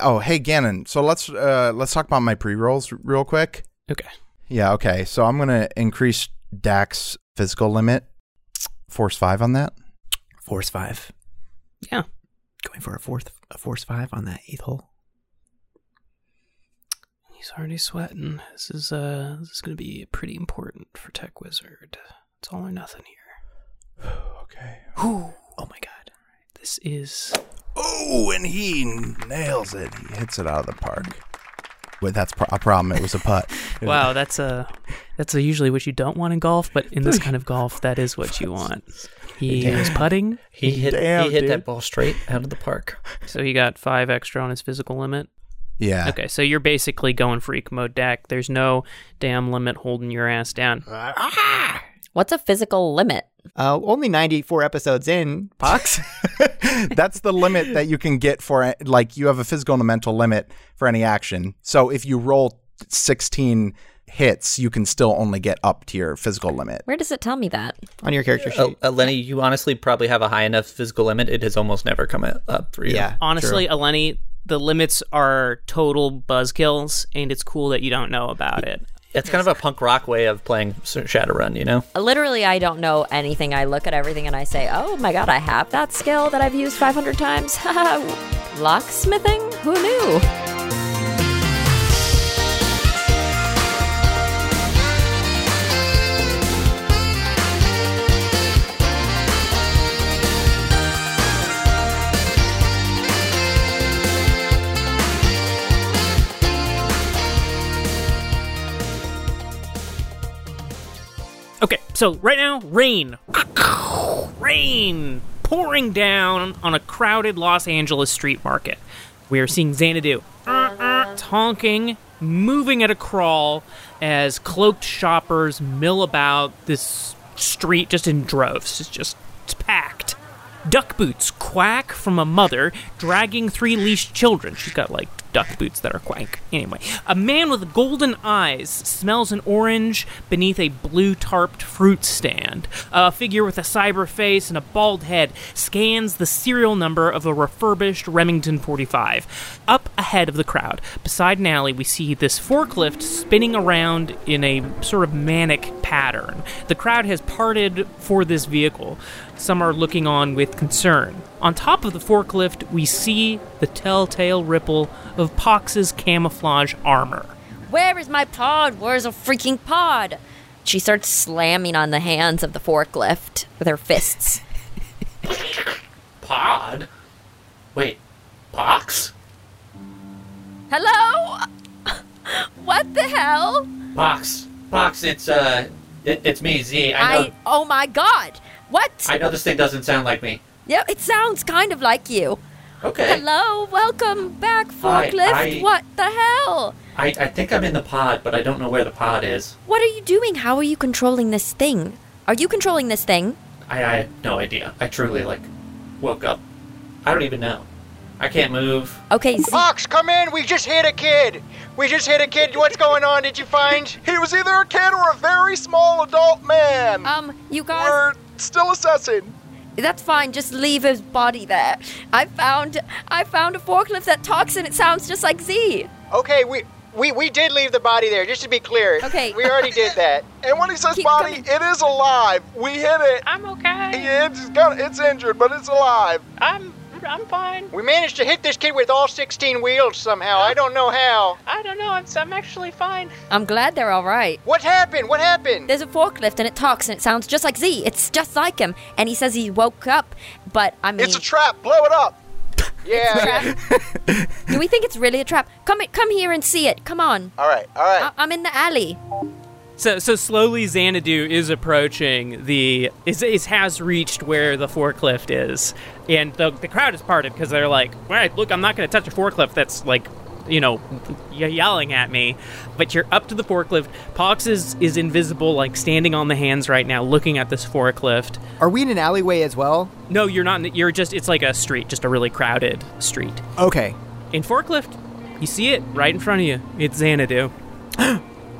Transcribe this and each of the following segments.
Oh, hey Gannon. So let's uh, let's talk about my pre rolls real quick. Okay. Yeah. Okay. So I'm gonna increase Dak's physical limit. Force five on that. Force five. Yeah. Going for a fourth a force five on that eighth hole. He's already sweating. This is uh this is gonna be pretty important for Tech Wizard. It's all or nothing here. Okay. Whew. Oh my god. This is Oh, and he nails it. He hits it out of the park. Wait, that's pro- a problem. It was a putt. Wow, that's a that's a usually what you don't want in golf, but in this kind of golf, that is what you want. He was putting, He hit Damn, he hit dude. that ball straight out of the park. so he got five extra on his physical limit. Yeah. Okay, so you're basically going freak mode, Dak. There's no damn limit holding your ass down. What's a physical limit? Uh, only 94 episodes in, Pox. That's the limit that you can get for like you have a physical and a mental limit for any action. So if you roll 16 hits, you can still only get up to your physical limit. Where does it tell me that? on your character sheet. Oh, uh, Lenny, you honestly probably have a high enough physical limit. It has almost never come u- up for you. yeah. Honestly, Eleni, the limits are total buzzkills, and it's cool that you don't know about it. it's kind of a punk rock way of playing s- Shadowrun. You know, Literally, I don't know anything. I look at everything and I say, oh my god, I have that skill that I've used 500 times. Locksmithing? Who knew? Okay, so right now, rain. Rain pouring down on a crowded Los Angeles street market. We are seeing Xanadu uh, uh, honking, moving at a crawl as cloaked shoppers mill about this street just in droves. It's just it's packed. Duck boots quack from a mother dragging three leashed children. She's got like duck boots that are quack. Anyway, a man with golden eyes smells an orange beneath a blue tarped fruit stand. A figure with a cyber face and a bald head scans the serial number of a refurbished Remington 45. Up ahead of the crowd, beside an alley, we see this forklift spinning around in a sort of manic pattern. The crowd has parted for this vehicle. Some are looking on with concern. On top of the forklift, we see the telltale ripple of Pox's camouflage armor. Where is my pod? Where's a freaking pod? She starts slamming on the hands of the forklift with her fists. pod. Wait, box, Hello? What the hell? box, box. It's uh, it, it's me, Z. I. Oh my god! What? know this thing doesn't sound like me. Yeah, it sounds kind of like you. Okay, Hello, welcome back, Hi, forklift. I- What the hell? I, I think I'm in the pod, but I don't know where the pod is. What are you doing? How are you controlling this thing? Are you controlling this thing? I, I have no idea. I truly like woke up. I don't even know. I can't move. Okay, Z- Fox, come in. We just hit a kid. We just hit a kid. What's going on? Did you find? He was either a kid or a very small adult man. um, you guys, We're still assessing. that's fine. Just leave his body there. I found, I found a forklift that talks and it sounds just like Z. Okay, we. We, we did leave the body there, just to be clear. Okay. We already did that. And when he says Keep body, coming. it is alive. We hit it. I'm okay. It's, got, it's injured, but it's alive. I'm I'm fine. We managed to hit this kid with all 16 wheels somehow. I don't know how. I don't know. I'm, I'm actually fine. I'm glad they're all right. What happened? What happened? There's a forklift and it talks and it sounds just like Z. It's just like him. And he says he woke up, but I mean, It's a trap. Blow it up. Yeah. trap. Do we think it's really a trap? Come, come here and see it. Come on. all right. All Uh, right. I- I'm in the alley. So so slowly Xanadu is approaching the is, is has reached where the forklift is, and the the crowd is parted because they're like, all right, look, I'm not going to touch a forklift that's like, you know, y- yelling at me, but you're up to the forklift. Pox is is invisible, like standing on the hands right now, looking at this forklift. Are we in an alleyway as well? No, you're not. You're just it's like a street, just a really crowded street. Okay. In forklift, you see it right in front of you. It's Xanadu.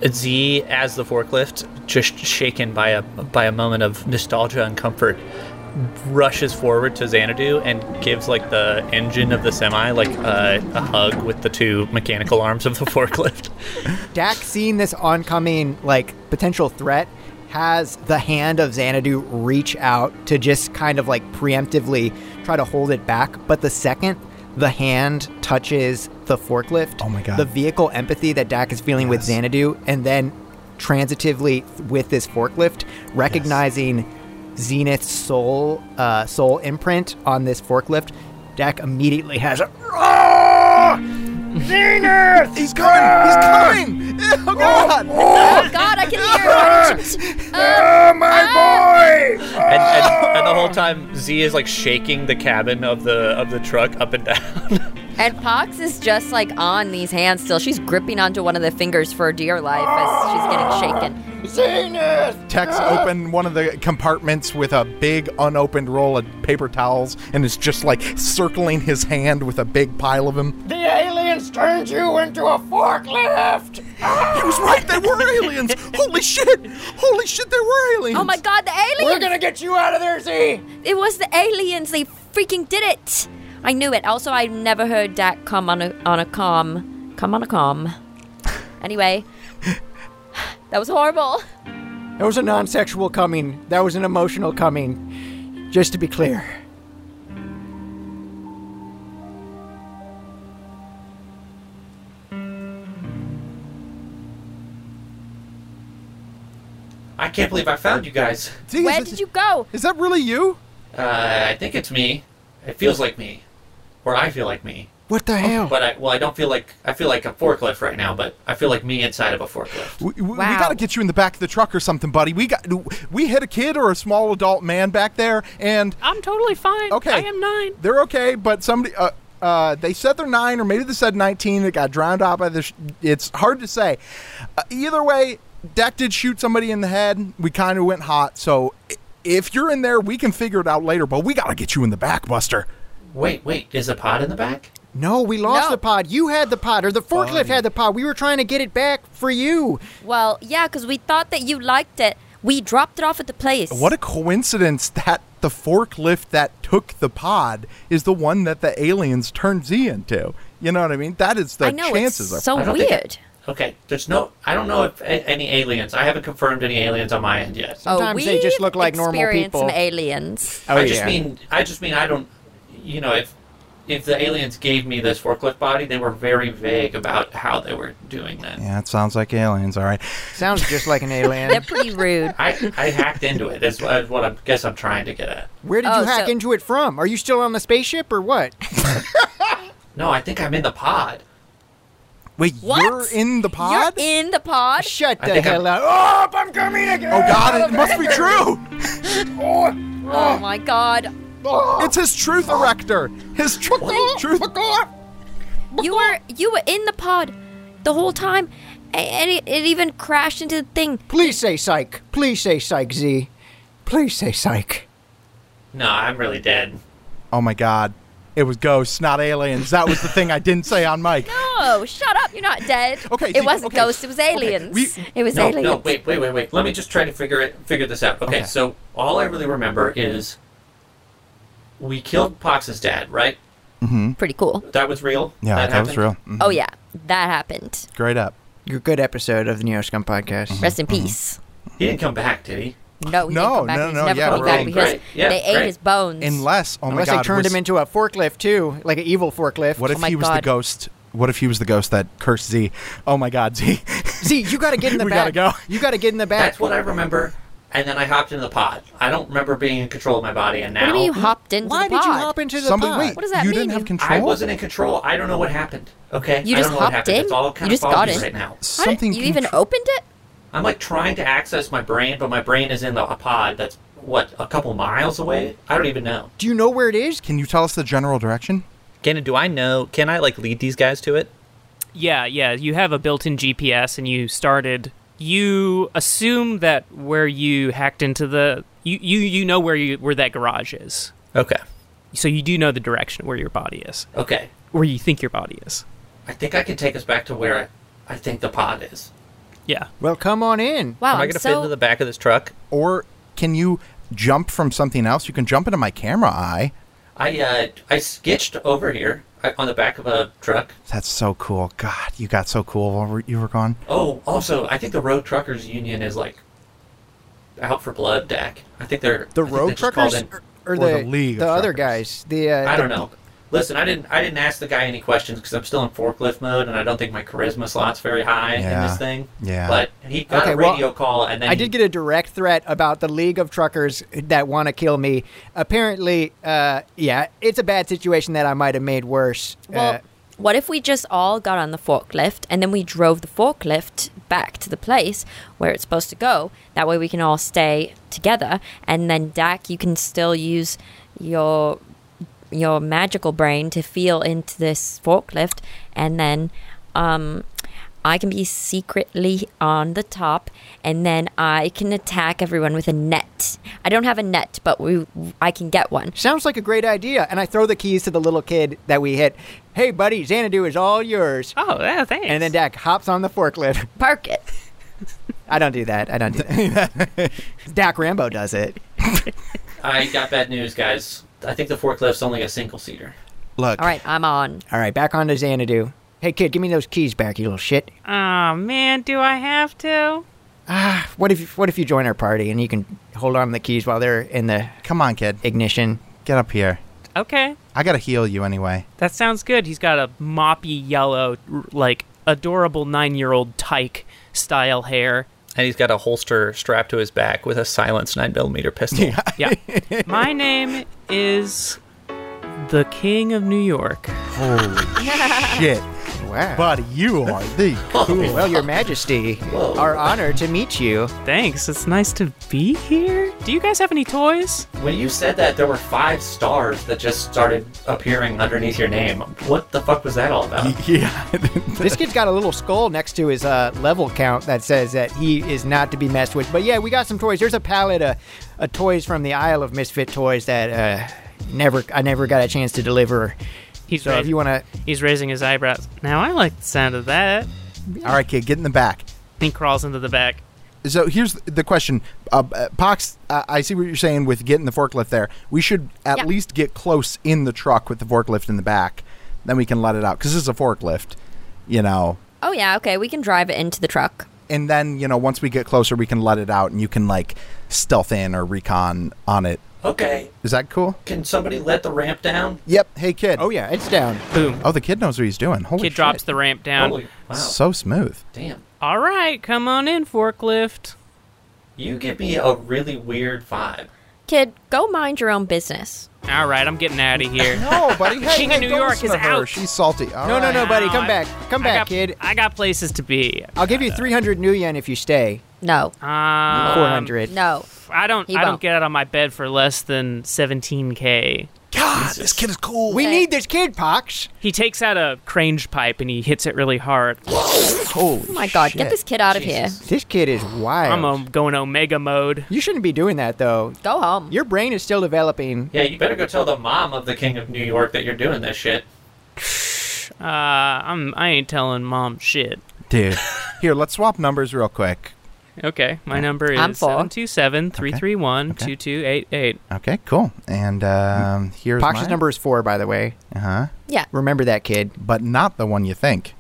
Z as the forklift, just shaken by a by a moment of nostalgia and comfort, rushes forward to Xanadu and gives like the engine of the semi like uh, a hug with the two mechanical arms of the forklift. Dak, seeing this oncoming like potential threat, has the hand of Xanadu reach out to just kind of like preemptively try to hold it back. But the second the hand touches the forklift, Oh my God. the vehicle empathy that Dak is feeling with Xanadu, and then transitively with this forklift, recognizing Zenith's soul uh, soul imprint on this forklift, Dak immediately has a He's coming! He's coming! oh god. Oh God, I can hear. it. Ah, Uh, And, and, and the whole time Z is like shaking the cabin of the of the truck up and down. and Pox is just like on these hands still. She's gripping onto one of the fingers for dear life as she's getting shaken. Tex opened one of the compartments with a big unopened roll of paper towels and is just like circling his hand with a big pile of them. The aliens turned you into a forklift! He was right, they were aliens! Holy shit! Holy shit, they were aliens! Oh my God, the aliens! We're gonna get you out of there, Z! It was the aliens. They freaking did it. I knew it. Also, I've never heard Dak come on a on a calm, come on a calm. Anyway, that was horrible. That was a non sexual coming. That was an emotional coming. Just to be clear. I can't believe I found you guys. Jeez, Where is- did you go? Is that really you? Uh, I think it's me. It feels like me, or I feel like me. What the hell? But I well, I don't feel like I feel like a forklift right now. But I feel like me inside of a forklift. We, we, we Wow. gotta get you in the back of the truck or something, buddy. We got we hit a kid or a small adult man back there, and I'm totally fine. Okay. I am nine. they're okay, but somebody. Uh, uh, they said they're nine, or maybe they said nineteen. It got drowned out by the. Sh- it's hard to say. Uh, either way, Dak did shoot somebody in the head. We kind of went hot. So i- if you're in there, we can figure it out later. But we gotta get you in the back, Buster. Wait, wait, is a pod in the back? No, we lost No. the pod. You had the pod, or the forklift had the pod. We were trying to get it back for you. Well, yeah, because we thought that you liked it. We dropped it off at the place. What a coincidence that the forklift that took the pod is the one that the aliens turned Z into. You know what I mean? That is the I know chances are it's so I don't think I- weird. Okay, there's no. I don't know if a- any aliens. I haven't confirmed any aliens on my end yet. Oh, Sometimes they just we've look like normal experienced people. Some aliens. Oh, I just mean. I just mean I don't. You know, if if the aliens gave me this forklift body, they were very vague about how they were doing that. Yeah, it sounds like aliens. All right. Sounds just like an They're alien. pretty rude. I I hacked into it. Is what, what I guess I'm trying to get at. Where did Oh, you hack so- into it from? Are you still on the spaceship, or what? No, I think I'm in the pod. Wait, What? you're in the pod? You're in the pod. Shut I the think I'm- hell up. Up, I'm coming again! oh God, it must be true. Oh my god. It's his truth erector. His tr- truth. You were you were in the pod the whole time, a- and it, it even crashed into the Oh! thing. Please say psych. Please say psych, Z. Please say psych. No, I'm really dead. Oh my God, it was ghosts, not aliens. That was the thing I didn't say on mic. Oh, shut up! You're not dead. Okay, It see, wasn't okay, ghosts. It was aliens. we- it was No, aliens. no, wait, wait, wait, wait. Let me just try to figure it, figure this out. Okay, Okay. so all I really remember is we killed Pox's dad, right? Pretty cool. That was real. Yeah, that, was happened? real. Mm, Oh yeah, that happened. Great up. Your good episode of the Neo Scum podcast. Rest in peace. He didn't come back, did he? No, Mm-hmm. he No, didn't come back. no, He's no, never yeah, coming we're back all because great. Yeah, they ate great. his bones. Unless, oh my Unless God, they turned was- him into a forklift too, like an evil forklift. What if Oh my he was the God. ghost? What if he was the ghost that cursed Z? Oh my God, Z. Z, you gotta get in the We gotta back. go. You gotta get in the back. That's what I remember. And then I hopped into the pod. I don't remember being in control of my body. And What do now you mean you hopped into Why the did pod? you hop into the Somebody, pod? wait. What does that you mean? didn't have control. I wasn't in control. I don't know what happened. Okay, You I just don't know what hopped happened. in? It's all You kind of just foggy got in? right now. How did- Something. you even contr- opened it? I'm like trying to access my brain, but my brain is in the a pod that's what a couple miles away. I don't even know. Do you know where it is? Can you tell us the general direction? Gannon, do I know? Can I like lead these guys to it? Yeah, yeah. You have a built in GPS and you started. You assume that where you hacked into the. You, you, you know where you where that garage is. Okay. So you do know the direction where your body is, Okay, where you think your body is. I think I can take us back to where I, I think the pod is. Yeah. Well, come on in. Wow, Am I I'm gonna Um, so fit into the back of this truck? Or can you jump from something else, you can jump into my camera eye. I uh, I sketched over here I, on the back of a truck. That's so cool. God, you got so cool while we- you were gone. Oh, also, I think the Road Truckers Union is like out for blood, Dak. I think they're The I think they road just called truckers in- or, or Or the the League the of other Truckers. guys. The uh, I the- don't know. Listen, I didn't I didn't ask the guy any questions because I'm still in forklift mode and I don't think my charisma slot's very high Yeah. in this thing. Yeah. But he got Okay, a well, radio call and then I he- did get a direct threat about the League of Truckers that want to kill me. Apparently, uh, yeah, it's a bad situation that I might have made worse. Well, Uh, what if we just all got on the forklift and then we drove the forklift back to the place where it's supposed to go? That way we can all stay together, and then Dak, you can still use your your magical brain to feel into this forklift, and then um, I can be secretly on the top, and then I can attack everyone with a net. I don't have a net, but we I can get one. sounds like a great idea. And I throw the keys to the little kid that we hit. Hey, buddy, Xanadu is all yours. Oh, yeah, thanks. And then Dak hops on the forklift. Park it. I don't do that. I don't do that. Dak Rambo does it. I got bad news, guys. I think the forklift's only a single seater. Look. All right, I'm on. All right, back on to Xanadu. Hey, kid, give me those keys back, you little shit. oh man, do I have to? What if what if you join our party and you can hold on to the keys while they're in the Come on, kid. ignition? Get up here. Okay, I gotta heal you anyway. that sounds good. He's got a moppy yellow, r- like adorable nine-year-old tyke style hair. And he's got a holster strapped to his back with a silenced 9mm pistol. Yeah. My name is the King of New York. Shit. Wow. Buddy, you are the cool. Well, Your Majesty, our honor to meet you. Thanks. It's nice to be here. Do you guys have any toys? When you said that, there were five stars that just started appearing underneath your name. What the fuck was that all about? Yeah. This kid's got a little skull next to his uh, level count that says that he is not to be messed with. But yeah, we got some toys. There's a pallet of, of toys from the Isle of Misfit Toys that uh, never I never got a chance to deliver. He's So if you want to, He's raising his eyebrows. Now I like the sound of that. All right, kid, get in the back. He crawls into the back. So here's the question, uh, uh, Pox. Uh, I see what you're saying with getting the forklift there. We should at Yeah. least get close in the truck with the forklift in the back, then we can let it out because this is a forklift, you know. Oh yeah, okay, we can drive it into the truck. And then you know, once we get closer, we can let it out, and you can like stealth in or recon on it. Okay, Is that cool? can somebody let the ramp down? Yep. Hey, kid. oh yeah, it's down. Boom. Oh, the kid knows what he's doing. Holy Kid shit. drops the ramp down. Holy wow! So smooth. Damn, All right, come on in, forklift. you give me a really weird vibe. Kid, go mind your own business. All right, I'm getting out of here. No, buddy. Hey, King of hey, New don't York listen is to her. out. She's salty. All No, no, right. no, buddy, come I- back, come I back, got- kid. I got places to be. I'll give you 300 new yen if you stay. No, Um, 400. no. I don't. He I don't won't. get out of my bed for less than 17k. God, this kid is cool. We Okay. need this kid, Pox. He takes out a crange pipe and he hits it really hard. Holy Oh my god, get this kid out of here. This kid is wild. I'm um, going Omega mode. you shouldn't be doing that though. Go home. Your brain is still developing. Yeah, you better go tell the mom of the King of New York that you're doing this shit. Uh, I'm. I ain't telling mom shit. dude. Here, let's swap numbers real quick. Okay, my number is I'm full. 727 331 2288. Okay, cool. And um, here's Pox's mine. number is four, by the way. Uh huh. yeah. Remember that, kid. But not the one you think.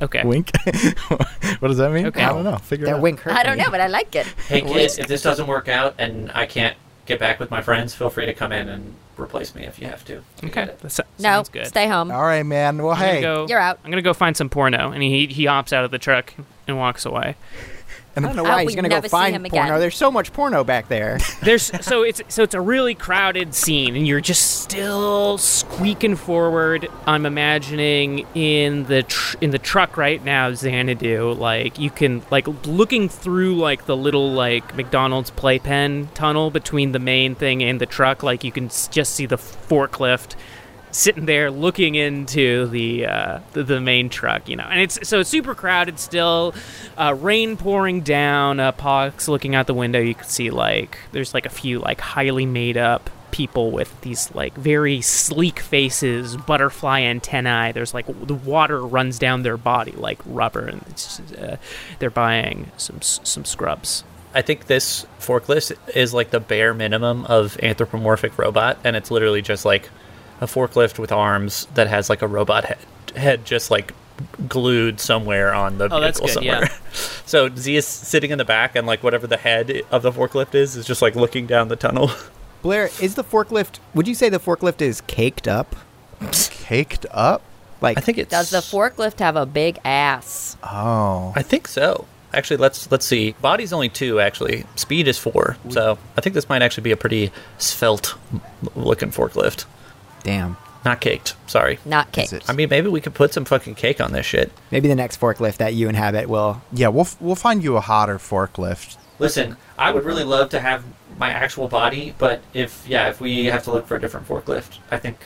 Okay. Wink. what does that mean? Okay. I don't know. Figure it That out. wink hurt I don't me. know, but I like it. Hey kids, if this doesn't work out and I can't get back with my friends, feel free to come in and replace me if you have to. You Okay. got it. That so- No, sounds good. stay home. All right, man. Well, I'm gonna hey. go- You're out. I'm gonna go find some porno, and he he hops out of the truck and walks away. I don't know How why Uh, we he's gonna go never see him find again. porno. There's so much porno back there. There's so it's so it's a really crowded scene, and you're just still squeaking forward. I'm imagining in the tr- in the truck right now, Xanadu. Like you can like looking through like the little like McDonald's playpen tunnel between the main thing and the truck. Like you can s- just see the forklift sitting there looking into the, uh, the the main truck, you know. And it's so it's super crowded still. Uh, rain pouring down. Uh, Pox looking out the window. You can see like there's like a few like highly made up people with these like very sleek faces, butterfly antennae. There's like w- the water runs down their body like rubber, and it's just, uh, they're buying some s- some scrubs. I think this forklift is like the bare minimum of anthropomorphic robot, and it's literally just like a forklift with arms that has like a robot head, head just like glued somewhere on the Oh, vehicle that's good, somewhere. so Z is sitting in the back, and like whatever the head of the forklift is is just like looking down the tunnel. Blair, is the forklift? Would you say the forklift is caked up? Caked up? Like I think it's Does the forklift have a big ass? Oh. I think so. Actually, let's let's see. Body's only two. Actually, speed is four. So I think this might actually be a pretty svelte looking forklift. damn. Not caked. Sorry. Not Is caked. it- I mean, maybe we could put some fucking cake on this shit. Maybe the next forklift that you inhabit will. Yeah, we'll, f- we'll find you a hotter forklift. Listen, I would really love to have my actual body, but if yeah, if we have to look for a different forklift, I think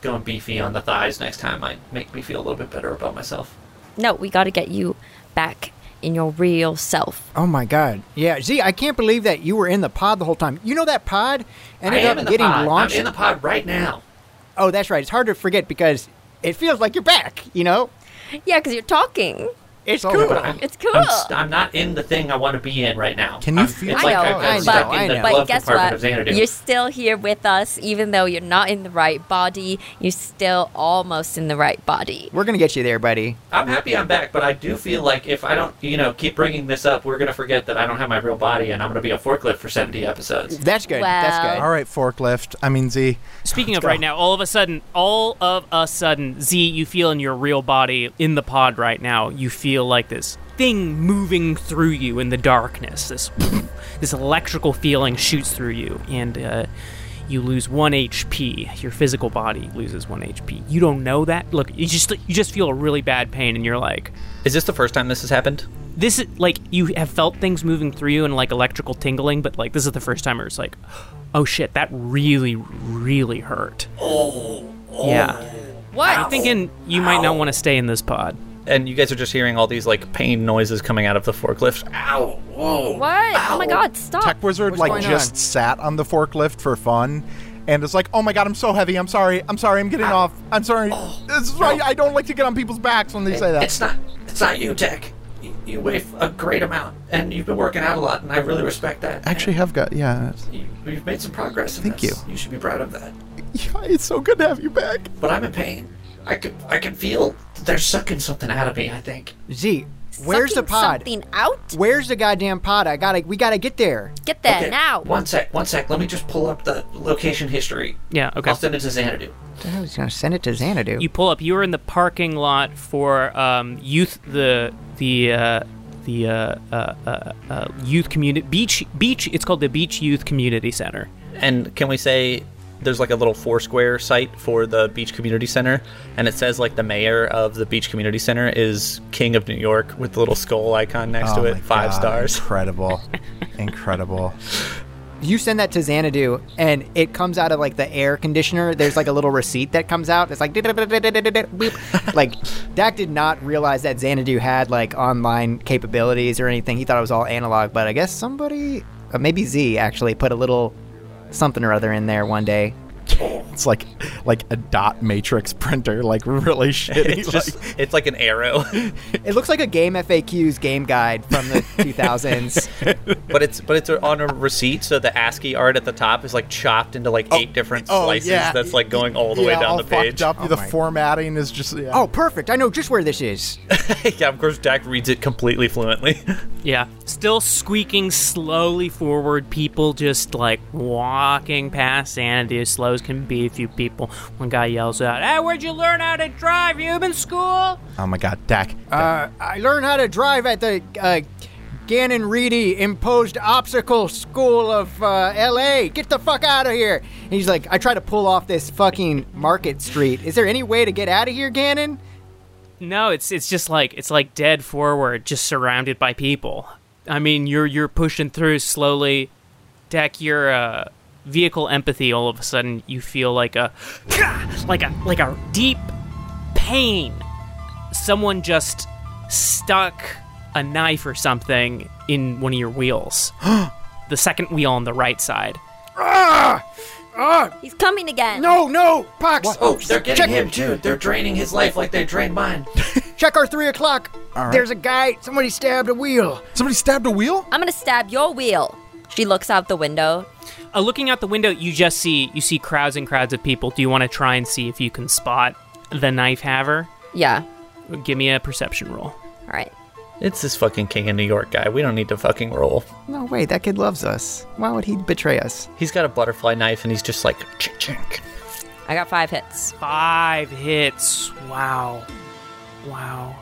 going beefy on the thighs next time might make me feel a little bit better about myself. No, we got to get you back in your real self. Oh my god. Yeah. Z, I can't believe that you were in the pod the whole time. You know that pod I ended am up in the getting pod. launched. I'm in the pod right now. oh, that's right. It's hard to forget because it feels like you're back. You know, Yeah, because you're talking. it's Oh, cool. but I'm- It's cool. I'm, st- I'm not in the thing I want to be in right now. Can you I'm- feel- It's I like know, I've I got know, stuck I in the know. But glove guess compartment of what? Xanadu. You're still here with us, even though you're not in the right body. You're still almost in the right body. We're gonna get you there, buddy. I'm happy I'm back, but I do feel like if I don't, you know, keep bringing this up, we're gonna forget that I don't have my real body, and I'm gonna be a forklift for 70 episodes. That's good. Well- That's All good. right, forklift. I mean, Z. Speaking of right now, all of a sudden, all of a sudden, Z, you feel in your real body in the pod right now. You feel like this thing moving through you in the darkness. This this electrical feeling shoots through you, and uh, you lose one HP. Your physical body loses one HP. You don't know that. Look, you just you just feel a really bad pain, and you're like, Is this the first time this has happened? this is like you have felt things moving through you and like electrical tingling, but like this is the first time where it's like, oh shit, that really, really hurt. Oh, yeah. What? I'm thinking you might not want to stay in this pod. And you guys are just hearing all these like pain noises coming out of the forklift. Ow! Whoa! What? Oh my God! Stop. Tech Wizard, What's like, going just on? sat on the forklift for fun and is like, oh my god, I'm so heavy. I'm sorry. I'm sorry. I'm getting off. I'm sorry. this is why I don't like to get on people's backs when they say that. It's not. It's not you, Tech. You, you weigh a great amount, and you've been working out a lot, and I really respect that. I actually have got, yeah. it's- you, you've made some progress. In Thank this. you. You should be proud of that. yeah, it's so good to have you back. But I'm in pain. I could. I can feel that they're sucking something out of me. I think. Z, where's the Sucking pod? Something out. Where's the goddamn pod? I gotta. We gotta get there. Get there Okay, now. One sec. One sec. Let me just pull up the location history. Yeah, okay. I'll send it to Xanadu. The hell, he's gonna send it to Xanadu. You pull up. You were in the parking lot for um, youth the the uh, the uh, uh, uh, uh, youth community beach beach. It's called the Beach Youth Community Center. And can we say there's like a little Foursquare site for the Beach Community Center, and it says like the mayor of the Beach Community Center is King of New York with the little skull icon next to Oh it. my Five God, stars. Incredible. Incredible. you send that to Xanadu, and it comes out of like the air conditioner. There's like a little receipt that comes out. It's like, boop. like Dak did not realize that Xanadu had like online capabilities or anything. He thought it was all analog, but I guess somebody, uh, maybe Z, actually put a little something or other in there one day. It's like like a dot matrix printer, like really shitty. It's like- just it's like an arrow, It looks like a game FAQ's game guide from the 2000s. but it's but it's on a receipt, so the ASCII art at the top is like chopped into like eight different slices. That's like going all the way Oh, Yeah, down all the fucked page. Up. Oh the my- formatting is just yeah. Oh, perfect! I know just where this is. yeah, of course, Dak reads it completely fluently. Yeah. Still squeaking slowly forward, people just like walking past Sanity as slow as can be. A few people. One guy yells out, Hey, where'd you learn how to drive? You in school? Oh my god, Dak. Uh, I learned how to drive at the uh, Gannon Reedy Imposed Obstacle School of uh, L.A. Get the fuck out of here! And he's like, I try to pull off this fucking Market Street. Is there any way to get out of here, Gannon? No, it's it's just like it's like dead forward, just surrounded by people. I mean, you're you're pushing through slowly. Deck your uh, vehicle empathy. All of a sudden, you feel like a like a like a deep pain. Someone just stuck a knife or something in one of your wheels. the second wheel on the right side. Ah! He's coming again. No, no, Pox. Oh, they're getting Check- him too. They're draining his life like they drained mine. Check our three o'clock. There's a guy. Somebody stabbed a wheel. Somebody stabbed a wheel? I'm gonna stab your wheel. She looks out the window. Uh, looking out the window, you just see you see crowds and crowds of people. Do you want to try and see if you can spot the knife haver? Yeah. Give me a perception roll. All right. It's this fucking King of New York guy. We don't need to fucking roll. No way. That kid loves us. Why would he betray us? He's got a butterfly knife and he's just like, chink, chink. I got five hits. Five hits. Wow. Wow.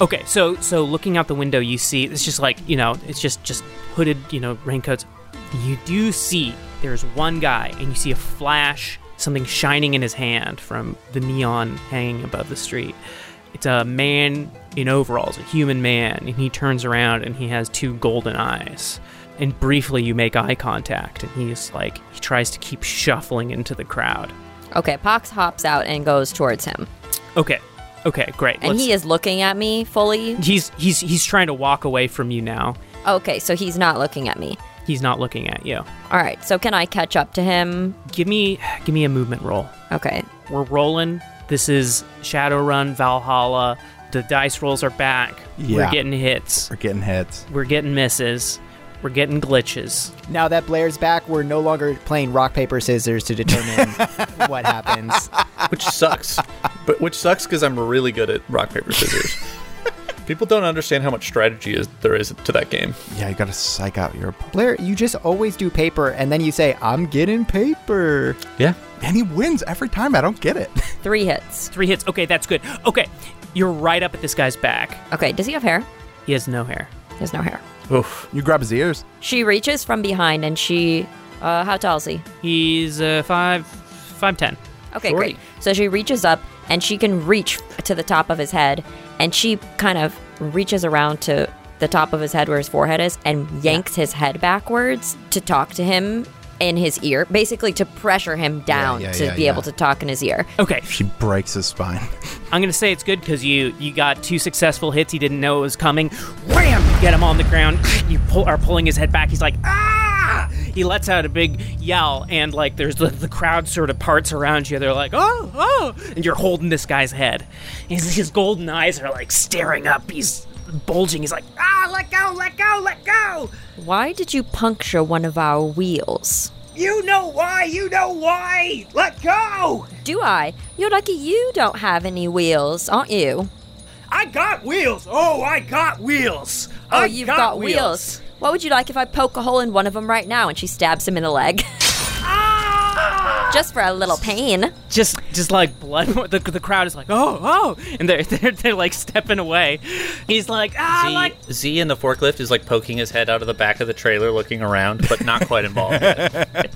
Okay, so so looking out the window, you see it's just like you know it's just just hooded you know raincoats. You do see there's one guy, and you see a flash, something shining in his hand from the neon hanging above the street. It's a man in overalls, a human man, and he turns around and he has two golden eyes. And briefly, you make eye contact, and he's like he tries to keep shuffling into the crowd. Okay, Pox hops out and goes towards him. Okay. Okay, great. And he is looking at me fully. he's he's he's trying to walk away from you now. Okay, so he's not looking at me. He's not looking at you. All right, so can I catch up to him? Give me give me a movement roll. Okay. We're rolling. This is Shadowrun Valhalla. The dice rolls are back. Yeah. We're getting hits. We're getting hits. We're getting misses. We're getting glitches. Now that Blair's back, we're no longer playing rock paper scissors to determine what happens. Which sucks. but which sucks because I'm really good at rock, paper, scissors. People don't understand how much strategy is there is to that game. Yeah, you gotta psych out your. op- Blair, you just always do paper, and then you say, "I'm getting paper." Yeah. And he wins every time. I don't get it. Three hits. Three hits. Okay, that's good. Okay. You're right up at this guy's back. Okay, does he have hair? He has no hair. He has no hair. Oof. You grab his ears. She reaches from behind and she. Uh, how tall is he? He's uh, five five ten. Okay, great. So she reaches up and she can reach to the top of his head and she kind of reaches around to the top of his head where his forehead is and yanks his head backwards to talk to him in his ear, basically to pressure him down yeah, to yeah, be yeah. able to talk in his ear. Okay. She breaks his spine. I'm gonna say it's good because you you got two successful hits. He didn't know it was coming. Wham! You get him on the ground. You pull are pulling his head back. He's like ah! He lets out a big yell and like there's the, the crowd sort of parts around you. They're like oh oh, and you're holding this guy's head. His, his golden eyes are like staring up. He's bulging. He's like ah let go let go let go. Why did you puncture one of our wheels? You know why? You know why? Let go! Do I? You're lucky you don't have any wheels, aren't you? I got wheels. Oh, I got wheels. Oh, you've got, wheels. What would you like if I poke a hole in one of them right now and she stabs him in the leg? Just for a little pain. just just like blood the, the crowd is like oh oh and they're, they're they're like stepping away he's like ah Z, like Z in the forklift is like poking his head out of the back of the trailer, looking around, but not quite involved. yet.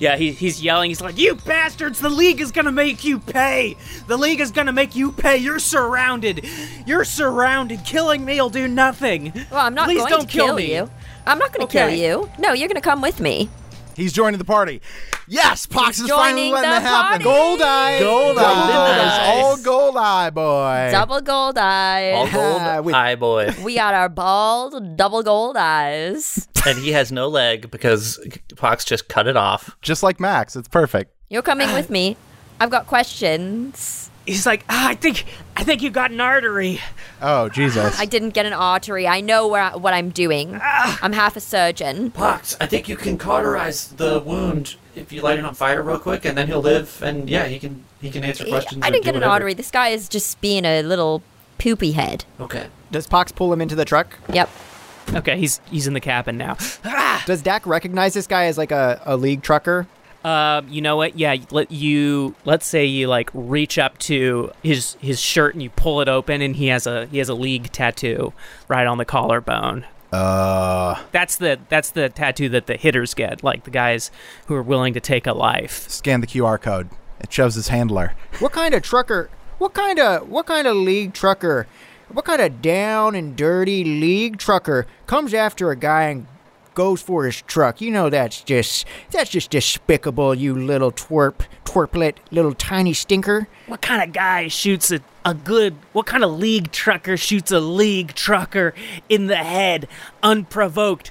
yeah he, he's yelling he's like you bastards the league is gonna make you pay the league is gonna make you pay you're surrounded you're surrounded killing me will do nothing Well, I'm not Please going don't to kill, kill me. you. I'm not going to Okay. kill you. No, you're going to come with me. He's joining the party. Yes, Pox He's is finally joining letting the it happen. party. Gold eye. Gold eyes. eyes. Old gold eye boy. Double gold eyes. All gold, Ah, with- eye boy, We got our bald double gold eyes. and he has no leg because Pox just cut it off. Just like Max. It's perfect. You're coming with me. I've got questions. he's like ah, i think i think you got an artery Oh, Jesus. I didn't get an artery. I know where what I'm doing. I'm half a surgeon. Pox, I think you can cauterize the wound if you light it on fire real quick, and then he'll live. And yeah, he can he can answer questions. I or didn't do get an whatever. artery. This guy is just being a little poopy head. Okay. Does Pox pull him into the truck? Yep. okay he's he's in the cabin now Does Dak recognize this guy as like a, a league trucker? Um, you know what? Yeah, let you let's say you like reach up to his his shirt and you pull it open and he has a he has a league tattoo right on the collarbone. Uh, That's the that's the tattoo that the hitters get, like the guys who are willing to take a life. scan the QR code. It shows his handler. What kind of trucker? What kind of what kind of league trucker? What kind of down and dirty league trucker comes after a guy and goes for his truck? You know that's just that's just despicable, you little twerp, twerplet, little tiny stinker. What kind of guy shoots a, a good what kind of league trucker shoots a league trucker in the head unprovoked?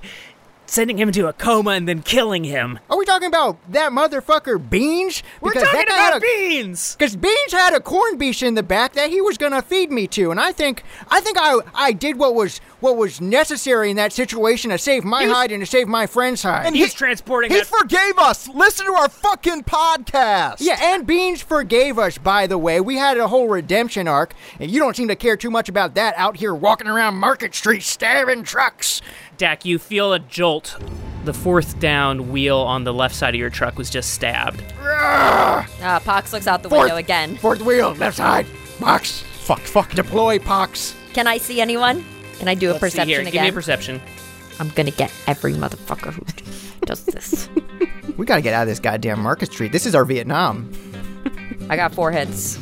sending him into a coma and then killing him. Are we talking about that motherfucker Beans? We're Because talking that guy had about a- beans. Because Beans had a corned beef in the back that he was gonna feed me to, and I think I think I I did what was what was necessary in that situation to save my hide and to save my friend's hide. And he's transporting He a forgave us. Listen to our fucking podcast. yeah, and Beans forgave us, by the way. We had a whole redemption arc, and you don't seem to care too much about that out here walking around Market Street stabbing trucks. Dak, you feel a jolt. The fourth down wheel on the left side of your truck was just stabbed. Uh, Pox looks out the Fourth- window again. Fourth wheel, left side, box. Fuck. Fuck. Deploy, Pox. Can I see anyone? Can I do a See perception here, again? give me a perception. I'm gonna get every motherfucker who does this. We gotta get out of this goddamn Market Street. This is our Vietnam. I got four hits.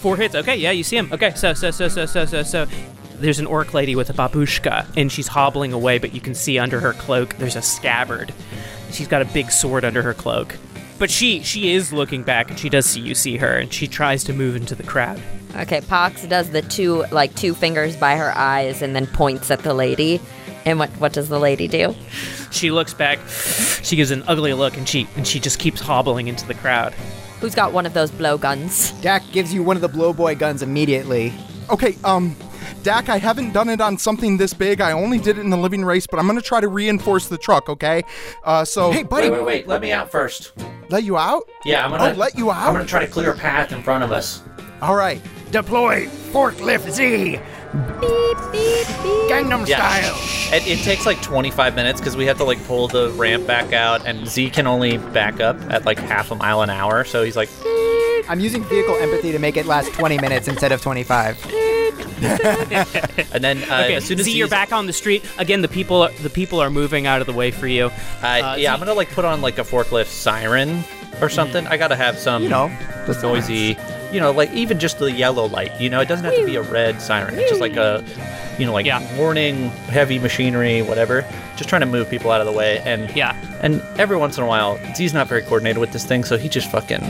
Four hits. Okay, yeah, you see him. Okay, so so so so so so so. There's an orc lady with a babushka, and she's hobbling away, but you can see under her cloak there's a scabbard. She's got a big sword under her cloak, but she she is looking back, and she does see you see her, and she tries to move into the crowd. Okay, Pox does the two like two fingers by her eyes and then points at the lady. And what what does the lady do? She looks back, she gives an ugly look, and she and she just keeps hobbling into the crowd. Who's got one of those blowguns? Dak gives you one of the blowboy guns immediately. Okay, um, Dak, I haven't done it on something this big. I only did it in the living race, but I'm gonna try to reinforce the truck. Okay, uh, so Hey, Wait, buddy, wait, wait. Let me out first. let you out. Yeah, I'm gonna Oh, let you out? I'm gonna try to clear a path in front of us. All right. Deploy forklift Z. Gangnam Yeah. It, it takes like 25 minutes because we have to like pull the ramp back out, and Z can only back up at like half a mile an hour. So he's like, I'm using vehicle empathy to make it last 20 minutes instead of 25. and then uh, Okay, as soon as Z, you're Z's back on the street again. The people are, the people are moving out of the way for you. I, Uh, yeah, so- I'm gonna like put on like a forklift siren or something. I gotta have some, You know, the noisy, you know, like even just the yellow light. You know, it doesn't have to be a red siren. It's just like a, you know, like Yeah. warning, heavy machinery, whatever. Just trying to move people out of the way. And Yeah. and every once in a while, Z's not very coordinated with this thing, so he just fucking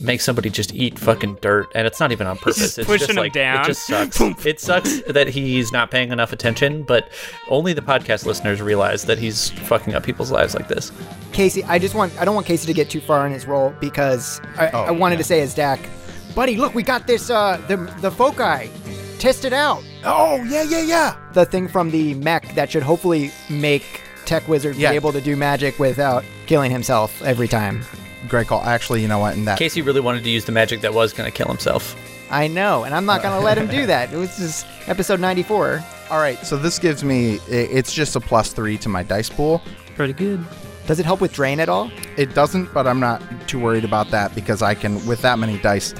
makes somebody just eat fucking dirt, and it's not even on purpose. just it's pushing just him like down. it just sucks. it sucks that he's not paying enough attention, but only the podcast listeners realize that he's fucking up people's lives like this. Casey, I just want I don't want Casey to get too far in his role because I, Oh, I wanted to say as Dak, buddy, look, we got this uh the the foci. Test it out. Oh yeah, yeah, yeah. The thing from the mech that should hopefully make Tech Wizard Yeah. be able to do magic without killing himself every time. Great call. Actually, you know what? In that, Casey really wanted to use the magic that was going to kill himself. I know, and I'm not gonna let him do that. This is episode 94. all right. So this gives me. i- It's just a plus three to my dice pool. Pretty good. Does it help with drain at all? It doesn't, but I'm not too worried about that because I can, with that many dice,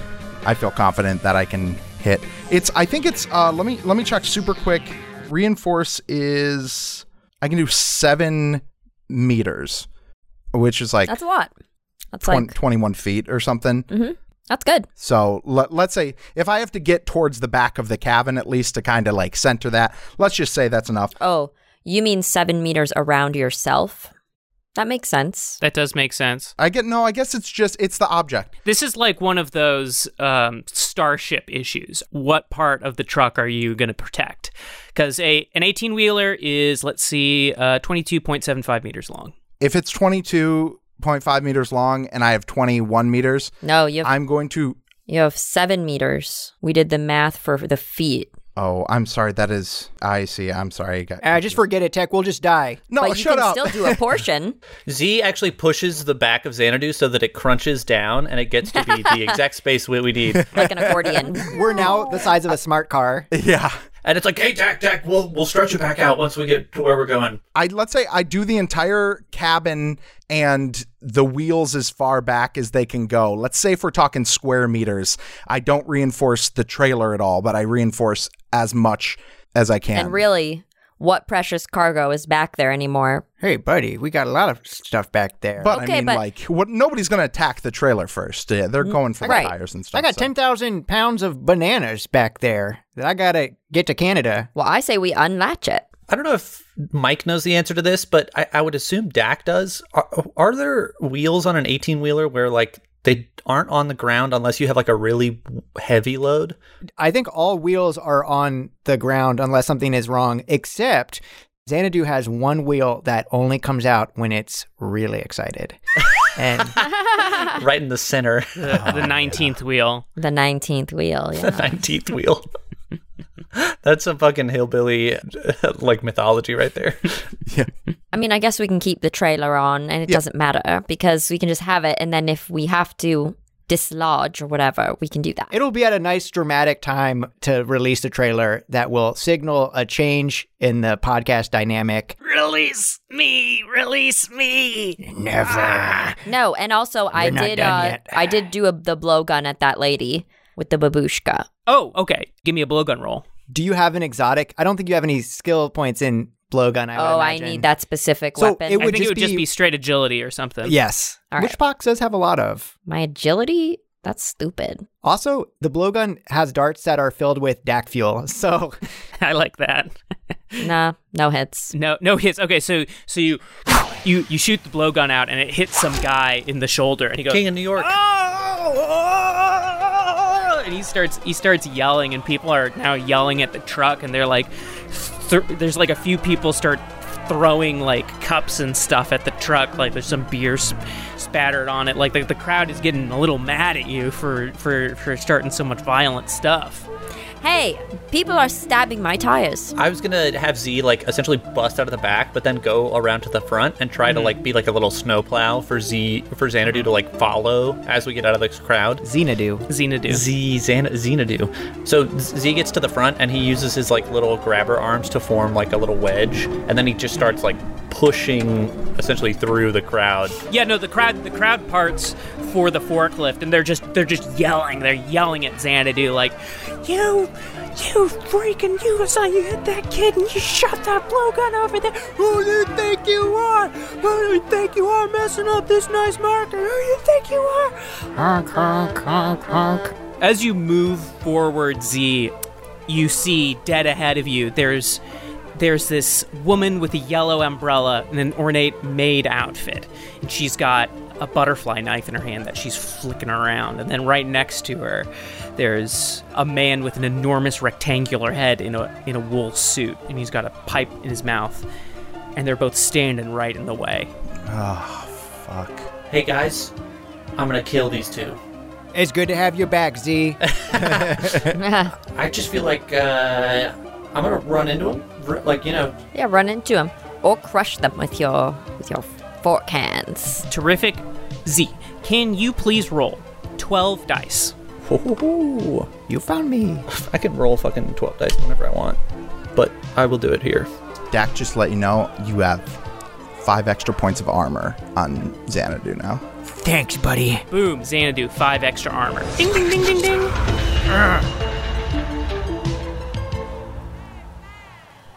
I feel confident that I can hit. It's. I think it's. Uh, let me let me check super quick. Reinforce is. I can do seven meters, which is like That's a lot. That's 20, like Mm-hmm. 21 feet or something. that's good. So let, let's say if I have to get towards the back of the cabin at least to kind of like center that, let's just say that's enough. Oh, you mean seven meters around yourself? That makes sense. That does make sense. I get no, I guess it's just it's the object. This is like one of those um, starship issues. What part of the truck are you going to protect? Because a an eighteen wheeler is let's see, uh, twenty two point seven five meters long. If it's 22.5 meters long and I have 21 meters, No, you have, I'm going to you have seven meters. We did the math for the feet. Oh, I'm sorry. That is I see. I'm sorry. I got- Uh, just forget it, Tech. We'll just die. no, but you shut can up. still do a portion. Z actually pushes the back of Xanadu so that it crunches down and it gets to be the exact space we, we need. like an accordion. We're now the size of a smart car. yeah. And it's like, Like, hey, Dak, Dak, we'll we'll stretch you back out once we get to where we're going. I let's say I do the entire cabin and the wheels as far back as they can go. Let's say if we're talking square meters, I don't reinforce the trailer at all, but I reinforce as much as I can. and really, what precious cargo is back there anymore? Hey, buddy, we got a lot of stuff back there. but Okay, I mean, but- like, what? Nobody's gonna attack the trailer first. Yeah, they're going for the Right. tires and stuff. I got so- 10,000 pounds of bananas back there that I gotta get to Canada. Well, I say we unlatch it. I don't know if Mike knows the answer to this, but I, I would assume Dak does. Are, are there wheels on an 18 wheeler where like they aren't on the ground unless you have like a really heavy load? I think all wheels are on the ground unless something is wrong, except Xanadu has one wheel that only comes out when it's really excited. And right in the center, The, the 19th wheel. The 19th wheel. Yeah. nineteenth wheel. That's some fucking hillbilly like mythology right there. I mean, I guess we can keep the trailer on and it doesn't matter because we can just have it. And then if we have to dislodge or whatever, we can do that. it'll be at a nice dramatic time to release the trailer that will signal a change in the podcast dynamic. Release me! Release me! Ah. Never. No, and also I You're not did done uh, yet. I did do a, the blowgun at that lady with the babushka. Oh, okay. Give me a blowgun roll. Do you have an exotic? I don't think you have any skill points in blowgun. I would oh, I imagine. need that specific So weapon. it I would think it just would just be- be straight agility or something. Yes. All Which right. box does have a lot of. My agility? That's stupid. Also, the blowgun has darts that are filled with DAC fuel. So I like that. Nah, no hits. No, no hits. Okay, so so you you you shoot the blowgun out and it hits some guy in the shoulder and he goes King of New York. "Oh!" and he starts he starts yelling and people are now yelling at the truck and they're like th- there's like a few people start throwing like cups and stuff at the truck like there's some beer sp- spattered on it like the, the crowd is getting a little mad at you for for for starting so much violent stuff Hey, people are stabbing my tires. I was gonna have Z like essentially bust out of the back, but then go around to the front and try to like be like a little snowplow for Z for Xanadu to like follow as we get out of this crowd. Xanadu. xanadu Z Xan- Xanadu. So Z gets to the front and he uses his like little grabber arms to form like a little wedge, and then he just starts like pushing essentially through the crowd. Yeah, no, the crowd the crowd parts for the forklift and they're just they're just yelling. They're yelling at Xanadu like, You you freaking you I saw you hit that kid and you shot that blowgun over there. Who do you think you are? Who do you think you are messing up this nice marker? Who do you think you are? Honk, honk, honk, honk. As you move forward, Z, you see dead ahead of you. There's there's this woman with a yellow umbrella and an ornate maid outfit, and she's got a butterfly knife in her hand that she's flicking around. And then right next to her, there's a man with an enormous rectangular head in a in a wool suit, and he's got a pipe in his mouth. And they're both standing right in the way. Fuck. Hey guys, I'm gonna kill these two. It's good to have you back, Z. yeah, I just feel like uh, I'm gonna run into them, like you know, run into them or crush them with your with your fork hands. Terrific. Z, can you please roll 12 dice? Ooh, you found me. I can roll fucking twelve dice whenever I want, but I will do it here. Dak just let you know you have five extra points of armor on Xanadu now. Thanks, buddy. Boom, Xanadu, five extra armor. Ding, ding, ding, ding, ding.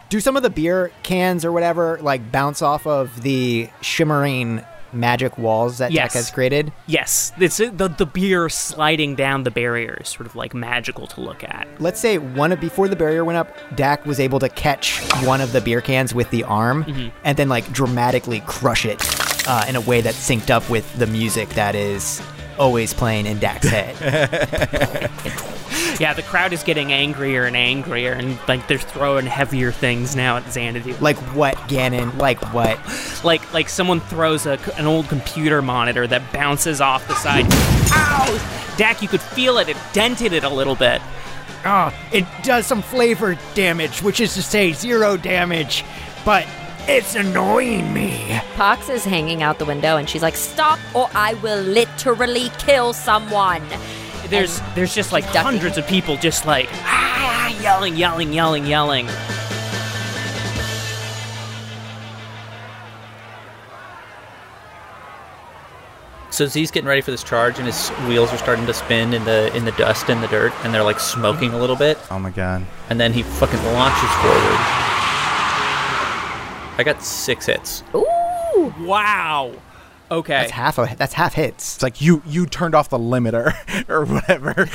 Do some of the beer cans or whatever like bounce off of the shimmering magic walls that Yes. Tech has created? Yes, it's uh, the, the beer sliding down the barrier is sort of like magical to look at. Let's say one of before the barrier went up, Dak was able to catch one of the beer cans with the arm and then like dramatically crush it uh, in a way that synced up with the music that is always playing in Dak's head. Yeah, the crowd is getting angrier and angrier, and like they're throwing heavier things now at Xanadu. like what, Ganon? Like what? Like like someone throws a, an old computer monitor that bounces off the side. Ow! Dak, you could feel it. It dented it a little bit. Oh, it does some flavor damage, which is to say zero damage, but it's annoying me. Pox is hanging out the window and she's like, "Stop or I will literally kill someone." There's there's just like ducking. hundreds of people just like ah, yelling, yelling, yelling, yelling. So Z's getting ready for this charge, and his wheels are starting to spin in the in the dust and the dirt, and they're like smoking a little bit. Oh my god. And then he fucking launches forward. I got six hits. Ooh, Wow. Okay. That's half a that's half hits. It's like you you turned off the limiter or whatever.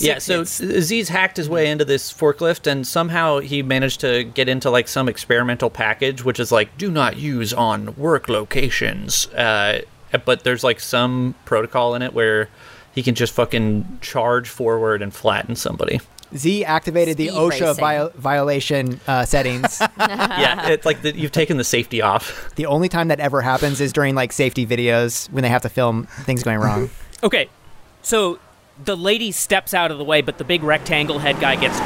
yeah, so Z's hacked his way into this forklift, and somehow he managed to get into like some experimental package, which is like do not use on work locations. Uh, but there's like some protocol in it where he can just fucking charge forward and flatten somebody. Z activated the Speed OSHA racing. viol- violation uh, settings. yeah, it's like the, you've taken the safety off. the only time that ever happens is during like safety videos when they have to film things going wrong. Okay, so the lady steps out of the way, but the big rectangle head guy gets.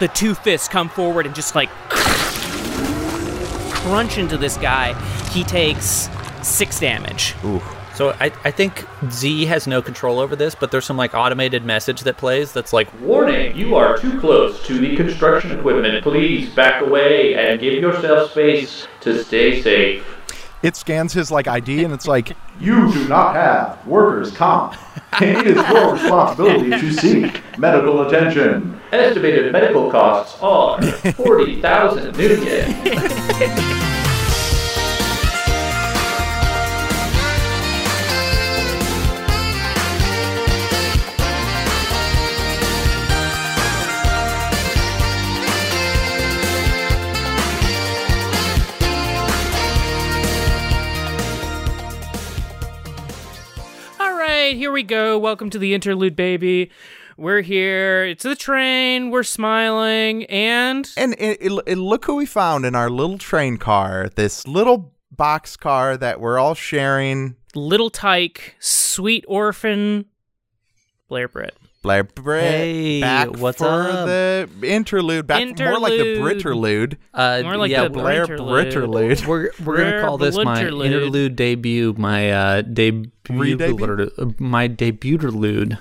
The two fists come forward and just like crunch into this guy. He takes six damage. So I, I think Z has no control over this, but there's some like automated message that plays that's like, warning, you are too close to the construction equipment. Please back away and give yourself space to stay safe. It scans his like ID and it's like, You do not have workers' comp. It is your responsibility to seek medical attention. Estimated medical costs are 40,000 new yen. All right, here we go. Welcome to the interlude, baby. We're here. It's the train. We're smiling. And and it, it, it- look who we found in our little train car, this little box car that we're all sharing. Little Tyke, Sweet Orphan, Blair Britt. Blair Britt, Hey, back what's for up? the interlude, back more like the Britterlude, Interlude. Uh, More like yeah, the we're- Blair Britterlude. Britterlude. we're, we're gonna call this my Interlude. interlude debut, my uh, debut, Re-debut? uh, my debuterlude.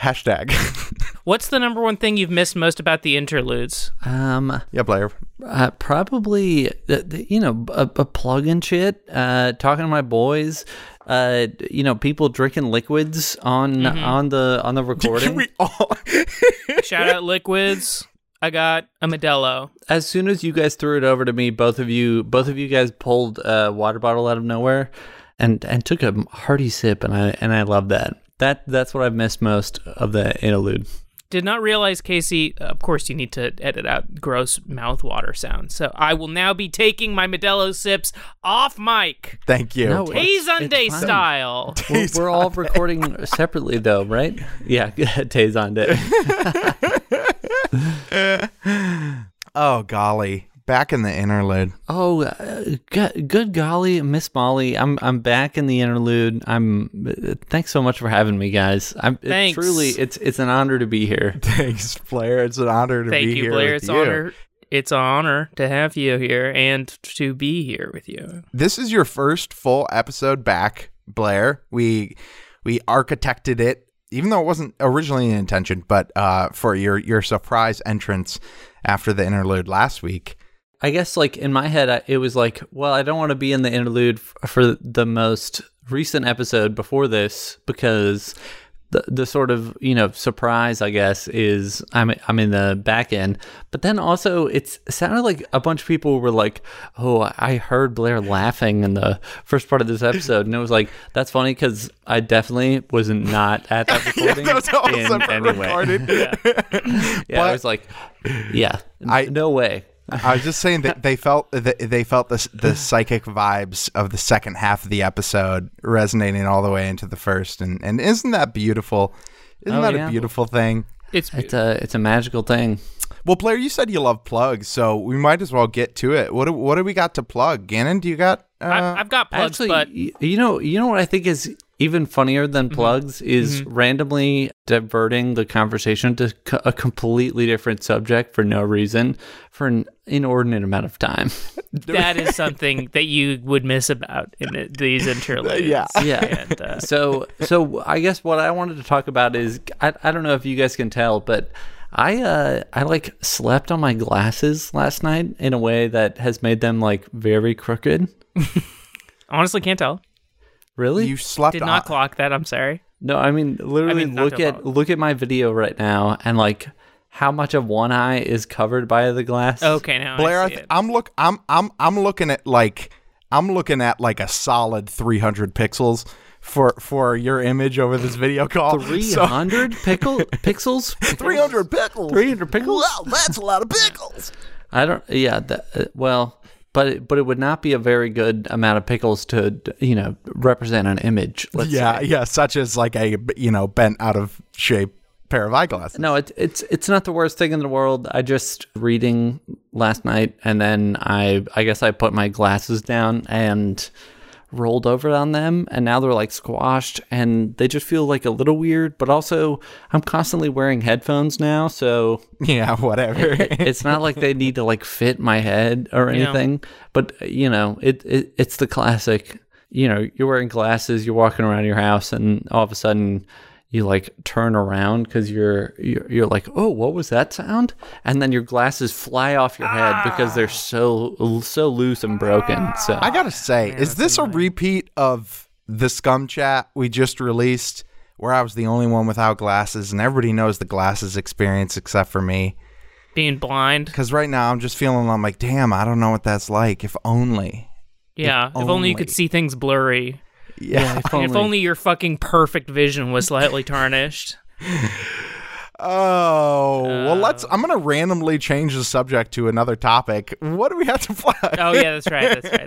Hashtag. What's the number one thing you've missed most about the interludes? Um, yeah, Blair. uh, probably the, the, you know a, a plug and shit. Uh, talking to my boys. Uh, you know, people drinking liquids on on the on the recording. Mm-hmm. We all. Shout out Liquids. I got a Modelo. as soon as you guys threw it over to me, both of you, both of you guys pulled a water bottle out of nowhere, and and took a hearty sip, and I and I love that. That that's what I've missed most of the interlude. Did not realize, Casey. Of course, you need to edit out gross mouthwater sounds. So I will now be taking my Modelo sips off mic, Thank you. No, it- Day it's fine. style. We're, we're all recording separately, though, right? Yeah, Tay's on day. oh golly, back in the interlude. Oh, uh, good, good golly, Miss Molly, I'm I'm back in the interlude. I'm uh, thanks so much for having me, guys. I'm it Thanks. truly it's it's an honor to be here. Thanks, Blair. It's an honor to Thank be you, here Blair. with It's you. honor. It's an honor to have you here and to be here with you. This is your first full episode back, Blair. We we architected it, even though it wasn't originally an intention, but uh, for your your surprise entrance after the interlude last week. I guess like in my head, I, it was like, well, I don't want to be in the interlude f- for the most recent episode before this because the the sort of you know surprise, I guess, is I'm I'm in the back end. But then also, it's it sounded like a bunch of people were like, oh, I heard Blair laughing in the first part of this episode, and it was like that's funny because I definitely was not at that recording That was all in separate any way. recorded. Yeah, I But- was like, yeah, I- no way. I was just saying that they felt that they felt the the psychic vibes of the second half of the episode resonating all the way into the first, and and isn't that beautiful? Isn't Oh, that yeah. a beautiful thing? It's It's a it's a magical thing. Well, Blair, you said you love plugs, so we might as well get to it. What do, what do we got to plug? Gannon, do you got? Uh, I, I've got plugs, Actually, but Mm-hmm. y- you know, you know what I think is even funnier than plugs is randomly diverting the conversation to co- a completely different subject for no reason for an inordinate amount of time. that is something that you would miss about in the, these interludes. Yeah. Yeah. And, uh, so, so I guess what I wanted to talk about is I, I don't know if you guys can tell, but I uh, I like slept on my glasses last night in a way that has made them like very crooked. honestly, can't tell. Really? you slept Did on. not clock that. I'm sorry. No, I mean literally mean, not look to at apologize. look at my video right now and like how much of one eye is covered by the glass. Okay, now Blair, I I see th- it. I'm look, I'm I'm I'm looking at like I'm looking at like a solid 300 pixels for for your image over this video call. So- 300 pickle pixels? 300 pickles. 300 pickles? Wow, that's a lot of pickles. I don't yeah, that, uh, well, but it, but it would not be a very good amount of pickles to you know represent an image. Let's yeah, say. yeah, such as like a you know bent out of shape pair of eyeglasses. No, it, it's it's not the worst thing in the world. I just reading last night, and then I I guess I put my glasses down and rolled over on them, and now they're like squashed, and they just feel like a little weird. But also, I'm constantly wearing headphones now, so Yeah, whatever. it's not like they need to like fit my head or Yeah. anything. But you know, it, it it's the classic. You know, you're wearing glasses, you're walking around your house, and all of a sudden, you like turn around because you're, you're you're like, oh, what was that sound? And then your glasses fly off your head because they're so so loose and broken. So I gotta say, is this a repeat of the scum chat we just released, where I was the only one without glasses, and everybody knows the glasses experience except for me? Being blind. Because right now I'm just feeling, I'm like, damn, I don't know what that's like. If only. Yeah, if, only. you could only. see things blurry. Yeah. if If only your fucking perfect vision was slightly tarnished. Oh well, let's. I'm gonna randomly change the subject to another topic. What do we have to plug? Oh yeah, that's right. That's right.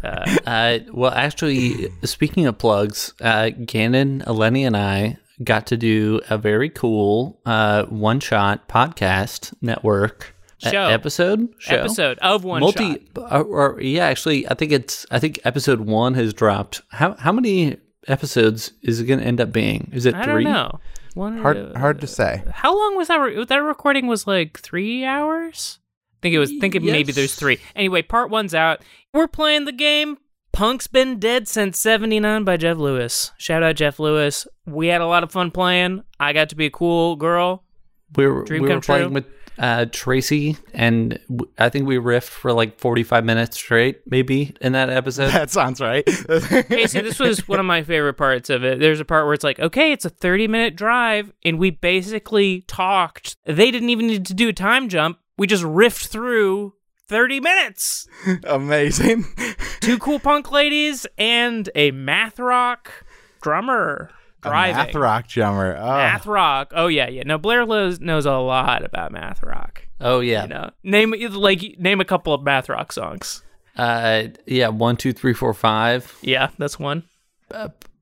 That's right. Uh, Uh, well, actually, speaking of plugs, uh, Gannon, Eleni, and I got to do a very cool uh, one shot podcast network e- Show. episode show. episode of one shot. Or, or- yeah, actually, I think it's I think episode one has dropped. How how many episodes is it going to end up being? Is it I three? don't know. One or Hard, two. hard to say. How long was that? Re- that recording was like three hours. I think it was. Think it maybe there's Yes. three. Anyway, part one's out. We're playing the game. Punk's been dead since '79 by Jeff Lewis. Shout out Jeff Lewis. We had a lot of fun playing. I got to be a cool girl. We were, Dream we come were playing true. with uh, Tracy, and w- I think we riffed for like forty five minutes straight, maybe in that episode. That sounds right. Casey, this was one of my favorite parts of it. There's a part where it's like, okay, it's a 30 minute drive, and we basically talked. They didn't even need to do a time jump. We just riffed through 30 minutes. Amazing. Two cool punk ladies and a math rock drummer driving. Math rock drummer. Oh. Math rock. Oh yeah, yeah. No, Blair Lowe's knows a lot about math rock. oh yeah, You know, name like name a couple of math rock songs. Uh, yeah, one, two, three, four, five. Uh, Yeah, that's one.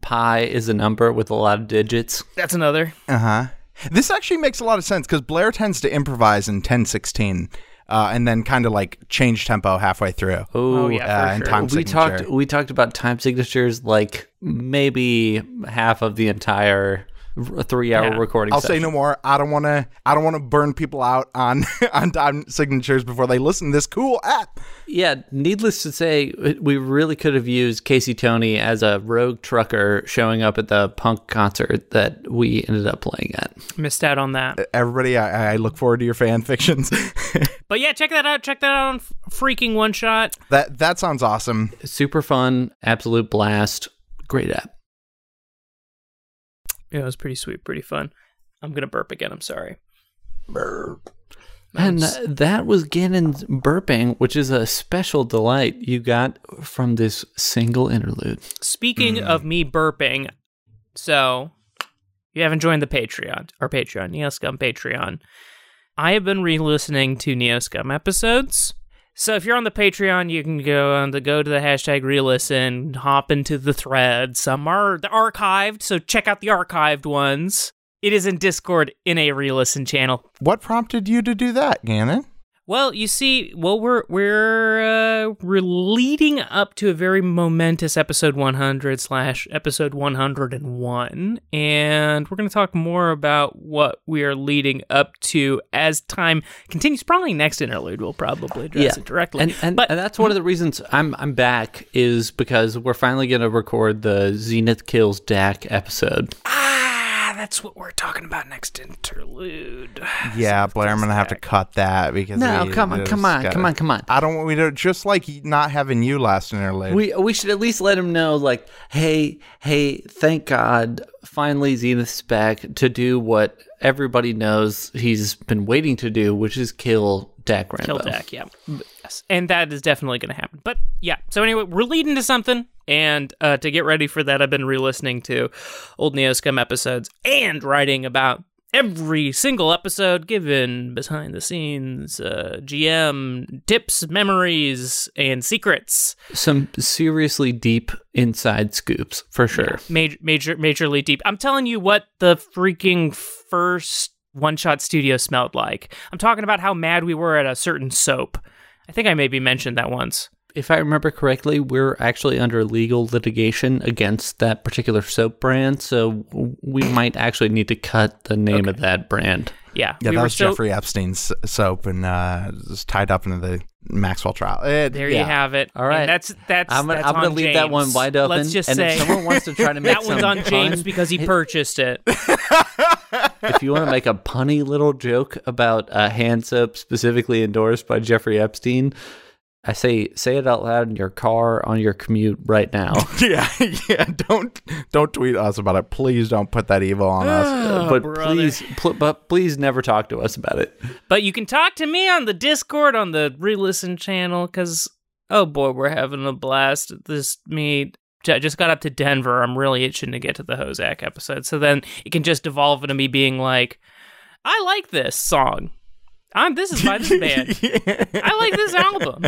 Pi is a number with a lot of digits. That's another. Uh huh. This actually makes a lot of sense because Blair tends to improvise in 1016 uh, and then kind of like change tempo halfway through. Ooh, Oh, yeah, for and sure. time we signature. talked. We talked about time signatures like maybe half of the entire r- three-hour Yeah. recording. I'll say session. no more. I don't want to. I don't want to burn people out on on time signatures before they listen to this cool app. Yeah, needless to say, we really could have used Casey Tony as a rogue trucker showing up at the punk concert that we ended up playing at. Missed out on Uh, that. Everybody, I, I look forward to your fan fictions. But yeah, check that out. Check that out on F- freaking one shot. that that sounds awesome. Super fun, absolute blast, great app. Yeah, it was pretty sweet, pretty fun. I'm gonna burp again. I'm sorry. And uh, that was Gannon's burping, which is a special delight you got from this single interlude. Speaking of me burping, so you haven't joined the Patreon or Patreon Neoscum Patreon. I have been re-listening to Neoscum episodes. So if you're on the Patreon, you can go on to go to the hashtag re-listen, hop into the thread. Some are the archived, so check out the archived ones. It is in Discord in a re-listen channel. What prompted you to do that, Gannon? Well, you see, well, we're we're uh, we're leading up to a very momentous episode 100 slash episode 101, and we're going to talk more about what we are leading up to as time continues. Probably next interlude, we'll probably address it directly. And and, but and that's one of the reasons I'm I'm back is because we're finally going to record the Zenith Kills Dak episode. ah, that's what we're talking about next interlude. Yeah, Blair, I'm gonna have to cut that because No, we come on, just come on, gotta- come on, come on. I don't want we to just like not having you last interlude. We we should at least let him know like, "Hey, hey, thank God, finally Zenith's back to do what everybody knows he's been waiting to do, which is kill Dak Rambo." Kill deck, yeah. Yes. And that is definitely going to happen. But yeah, so anyway, we're leading to something. And uh, to get ready for that, I've been re listening to old Neoscum episodes and writing about every single episode given behind the scenes uh, GM tips, memories, and secrets. Some seriously deep inside scoops for sure. Major, major, majorly deep. I'm telling you what the freaking first one shot studio smelled like. I'm talking about how mad we were at a certain soap. I think I maybe mentioned that once. If I remember correctly, we're actually under legal litigation against that particular soap brand, so we might actually need to cut the name of that brand. Yeah, Yeah, we that were was so- Jeffrey Epstein's soap and uh, it was tied up into the Maxwell trial. It- There yeah. you have it. All right. And that's that's. I'm gonna, that's I'm gonna on leave that one James. wide open. Let's just and say if someone wants to try to make that one's some on James pun, because he purchased it. if you want to make a punny little joke about a hand soap specifically endorsed by Jeffrey Epstein, I say say it out loud in your car on your commute right now. Yeah, yeah. Don't don't tweet us about it. Please don't put that evil on us. but Oh, brother. please, pl- but please never talk to us about it. But you can talk to me on the Discord on the re-listen channel because oh boy, we're having a blast. at This meet. I just got up to Denver. I'm really itching to get to the Hozak episode. So then it can just devolve into me being like, I like this song. I'm this is by this band. I like this album.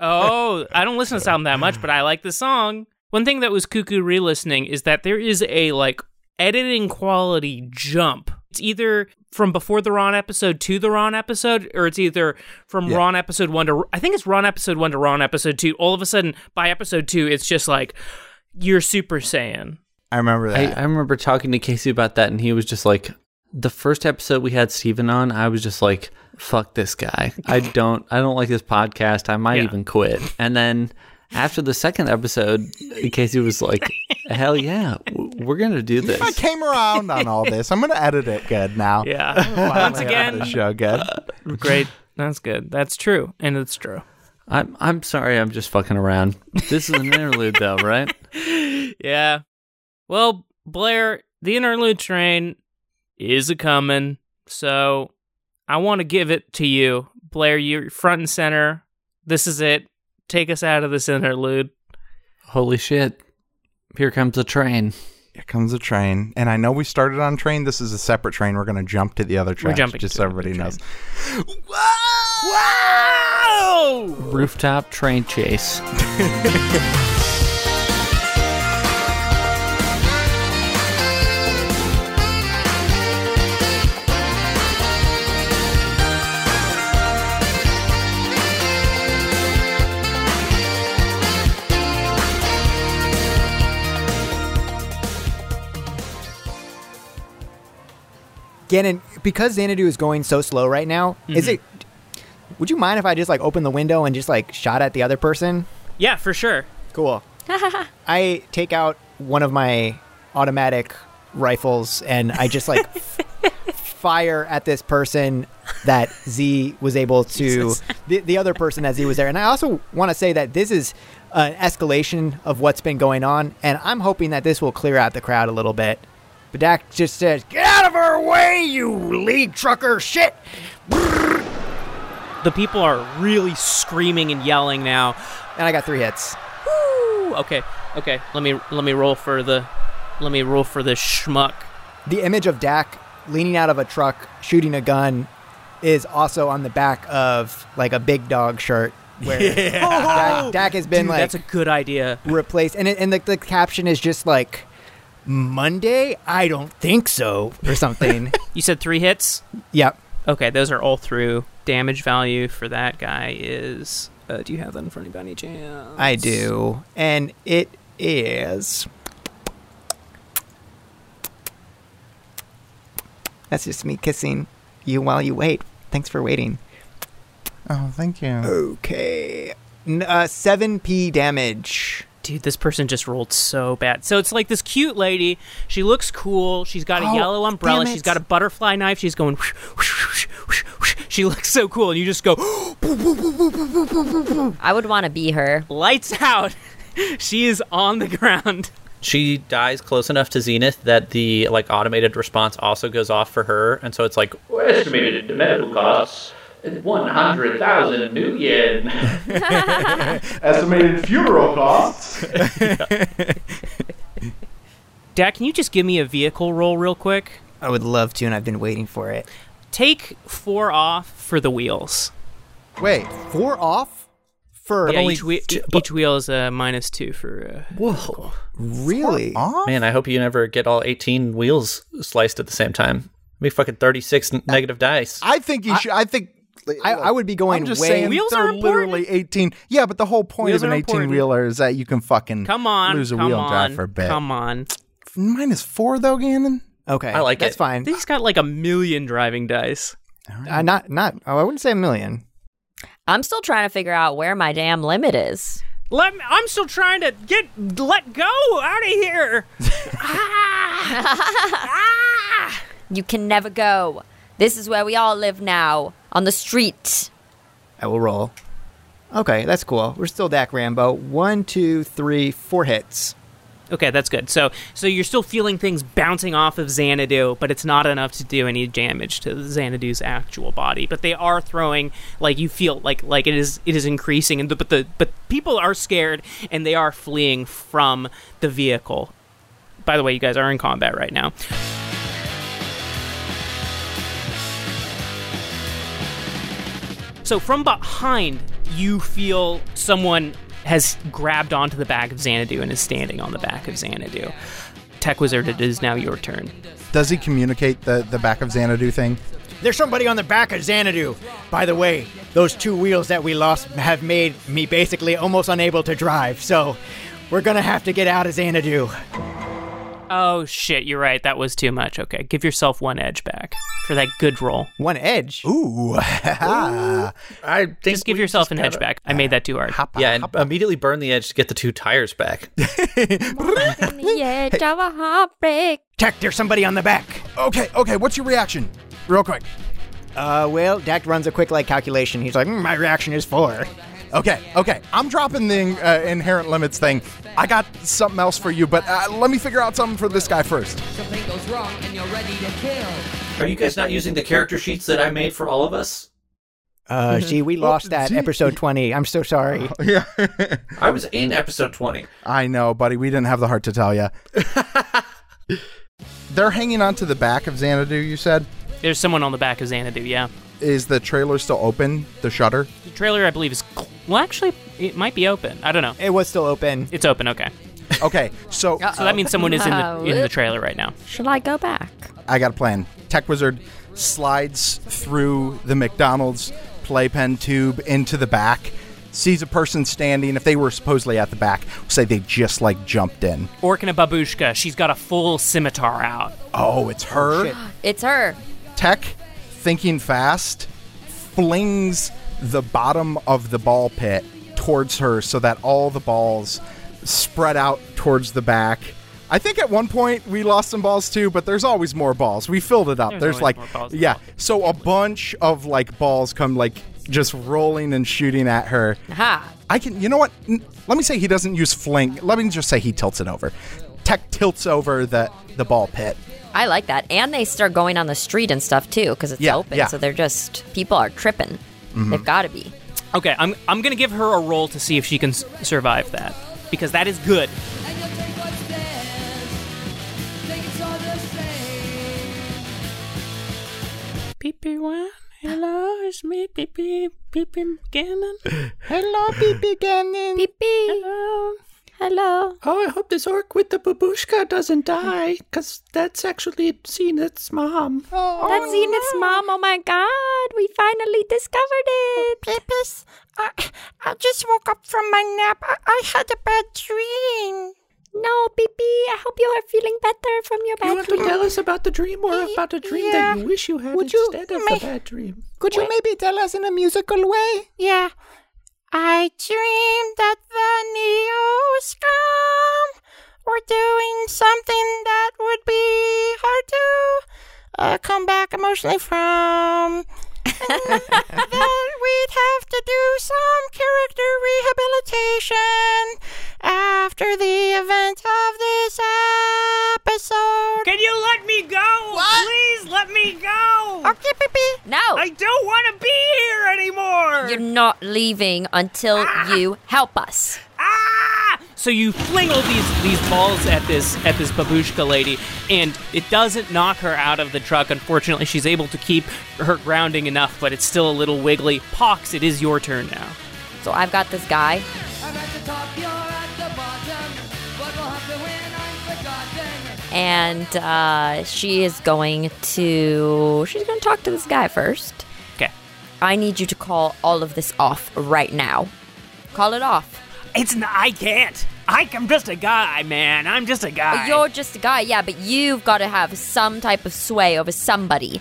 Oh, I don't listen to this album that much, but I like this song. One thing that was cuckoo re-listening is that there is a like editing quality jump. It's either from before the Ron episode to the Ron episode, or it's either from Ron episode one to I think it's Ron episode one to Ron episode two. All of a sudden, by episode two, it's just like you're Super Saiyan. I remember I, that. I remember talking to Casey about that, and he was just like, the first episode we had Steven on, I was just like, fuck this guy. I don't, I don't like this podcast. I might Yeah. even quit. And then after the second episode, Casey was like, hell yeah, w- we're going to do this. I came around on all this. I'm gonna edit it good now. Yeah, once again, the show good. great. That's good. That's true, and it's true. I'm, I'm sorry. I'm just fucking around. This is an interlude though, right? Yeah. Well, Blair, the interlude train is a coming. So I want to give it to you. Blair, you're front and center. This is it. Take us out of this interlude. Holy shit. Here comes a train. Here comes a train, and I know we started on train. This is a separate train. We're gonna jump to the other train. jumping just to so the everybody train. knows. Wow! Rooftop train chase. Gannon, because Xanadu is going so slow right now, is it? Would you mind if I just like open the window and just like shot at the other person? Yeah, for sure. Cool. I take out one of my automatic rifles and I just like fire at this person that Z was able to the, the other person that Z was there. And I also want to say that this is an escalation of what's been going on and I'm hoping that this will clear out the crowd a little bit. But Dak just says, "Get out of our way, you league trucker shit." The people are really screaming and yelling now. And I got 3 hits. Woo! Okay, okay. Let me let me roll for the let me roll for this schmuck. The image of Dak leaning out of a truck shooting a gun is also on the back of like a big dog shirt where Dak, Dak has been Dude, like that's a good idea. replaced, and it, and the, the caption is just like Monday. I don't think so, or something. You said three hits? yep. Okay, those are all through. Damage value for that guy is. Uh, do you have that in front of you by any chance? I do. And it is. That's just me kissing you while you wait. Thanks for waiting. Oh, thank you. Okay. N- uh, 7p damage. Dude, this person just rolled so bad. So it's like this cute lady. She looks cool. She's got a Oh, yellow umbrella. damn She's it. got a butterfly knife. She's going. whoosh, whoosh, whoosh, whoosh. She looks so cool, and you just go I would want to be her. lights out. she is on the ground. She dies close enough to Zenith that the like automated response also goes off for her, and so it's like Estimated medical costs 100,000 new yen. Estimated funeral costs. Dad, can you just give me a vehicle roll real quick? I would love to, and I've been waiting for it. Take four off for the wheels. Wait, four off for Yeah, each, whe- each wheel is a minus two for. Uh, Whoa. really? Off? Man, I hope you never get all 18 wheels sliced at the same time. Be fucking 36 n- negative dice. I think you should. I think. I, I would be going I'm just way. saying Wheels they're are important. literally 18. Yeah, but the whole point Wheels of are an 18 important. wheeler is that you can fucking come on, lose a come wheel on, and drive for a bit. come on. Minus four though, Gannon. okay, I like that's it. fine. He's got like a million driving dice. Uh, not not. Oh, I wouldn't say a million. I'm still trying to figure out where my damn limit is. Let me, I'm still trying to get let go out of here. You can never go. This is where we all live now on the street. I will roll. Okay, that's cool. We're still Dak Rambo. One, two, three, four hits. Okay, that's good. So so you're still feeling things bouncing off of Xanadu, but it's not enough to do any damage to Xanadu's actual body. But they are throwing like you feel like like it is it is increasing and the, but the but people are scared and they are fleeing from the vehicle. By the way, you guys are in combat right now. So from behind, you feel someone has grabbed onto the back of Xanadu and is standing on the back of Xanadu. Tech Wizard, it is now your turn. Does he communicate the the back of Xanadu thing? There's somebody on the back of Xanadu. By the way, those two wheels that we lost have made me basically almost unable to drive. So, we're gonna have to get out of Xanadu. Oh shit, you're right. That was too much. Okay, give yourself one edge back for that good roll. One edge. Ooh, I think Just give yourself an edge back. I made that too hard. Yeah, and immediately burn the edge to get the two tires back. yeah, Java heartbreak. Tech, there's somebody on the back. okay, okay. What's your reaction, real quick? Uh, well, Dak runs a quick like calculation. He's like, "Mm, my reaction is four. Okay, okay. I'm dropping the uh, inherent limits thing. I got something else for you, but uh, let me figure out something for this guy first. Something goes wrong and you're ready to kill. Are you guys not using the character sheets that I made for all of us? Uh, gee, we lost that gee. episode 20. I'm so sorry. Yeah, I was in episode 20. I know, buddy. We didn't have the heart to tell you. They're hanging on to the back of Xanadu. You said There's someone on the back of Xanadu, yeah. is the trailer still open? The shutter. The trailer, I believe, is. Cl- well, actually, it might be open. I don't know. It was still open. It's open, okay. Okay, so So that means someone is in the, Oh. in the trailer right now. Shall I go back? I got a plan. Tech Wizard slides through the McDonald's playpen tube into the back, sees a person standing. If they were supposedly at the back, say they just like jumped in. Orkina Babushka, she's got a full scimitar out. Oh, it's her. shit. It's her. Tech, thinking fast, flings the bottom of the ball pit towards her so that all the balls spread out towards the back. I think at one point we lost some balls too, but there's always more balls. We filled it up. There's There's, always like more balls than yeah. balls. So a bunch of like balls come like just rolling and shooting at her. Ha. I can. You know what? N- Let me say he doesn't use fling. Let me just say he tilts it over. Tech tilts over the the ball pit. I like that. And they start going on the street and stuff too because it's Yeah, open. yeah. So they're just, people are tripping. Mm-hmm. They've got to be. Okay, I'm, I'm gonna give her a roll to see if she can s- survive that. Because that is good. And you'll take what's theirs. Think it's all the same. PP one, hello, it's me, PP, PP Gannon. Hello, Beepy Gannon. Beep beep. Hello. Oh, I hope this orc with the babushka doesn't die, because that's actually seen its mom. That's Zenith's mom. Oh my god. We finally discovered it. Peepus, I, I just woke up from my nap. I, I had a bad dream. No, Bibi, I hope you are feeling better from your You bad have to dream. tell us about the dream or about a dream that you wish you had Would you- instead of Meh. the bad dream. Could you maybe tell us in a musical way? Yeah. I dreamed that the Neo Scum were doing something that would be hard to uh, come back emotionally from. And that we'd have to do some character rehabilitation after the event of this episode. Can you let me go? Please let me go! Uh, Okay, baby. No, I don't want to be here anymore! Ah. you're not leaving until you help us. Ah! So you fling all these these balls at this at this babushka lady, and it doesn't knock her out of the truck. Unfortunately, she's able to keep her grounding enough, but it's still a little wiggly. Pox, it is your turn now. So I've got this guy. And uh, she is going to. She's going to talk to this guy first. Okay. I need you to call all of this off right now. Call it off. It's not. I can't. I, am just a guy, man. I'm just a guy. You're just a guy, yeah, but you've got to have some type of sway over somebody.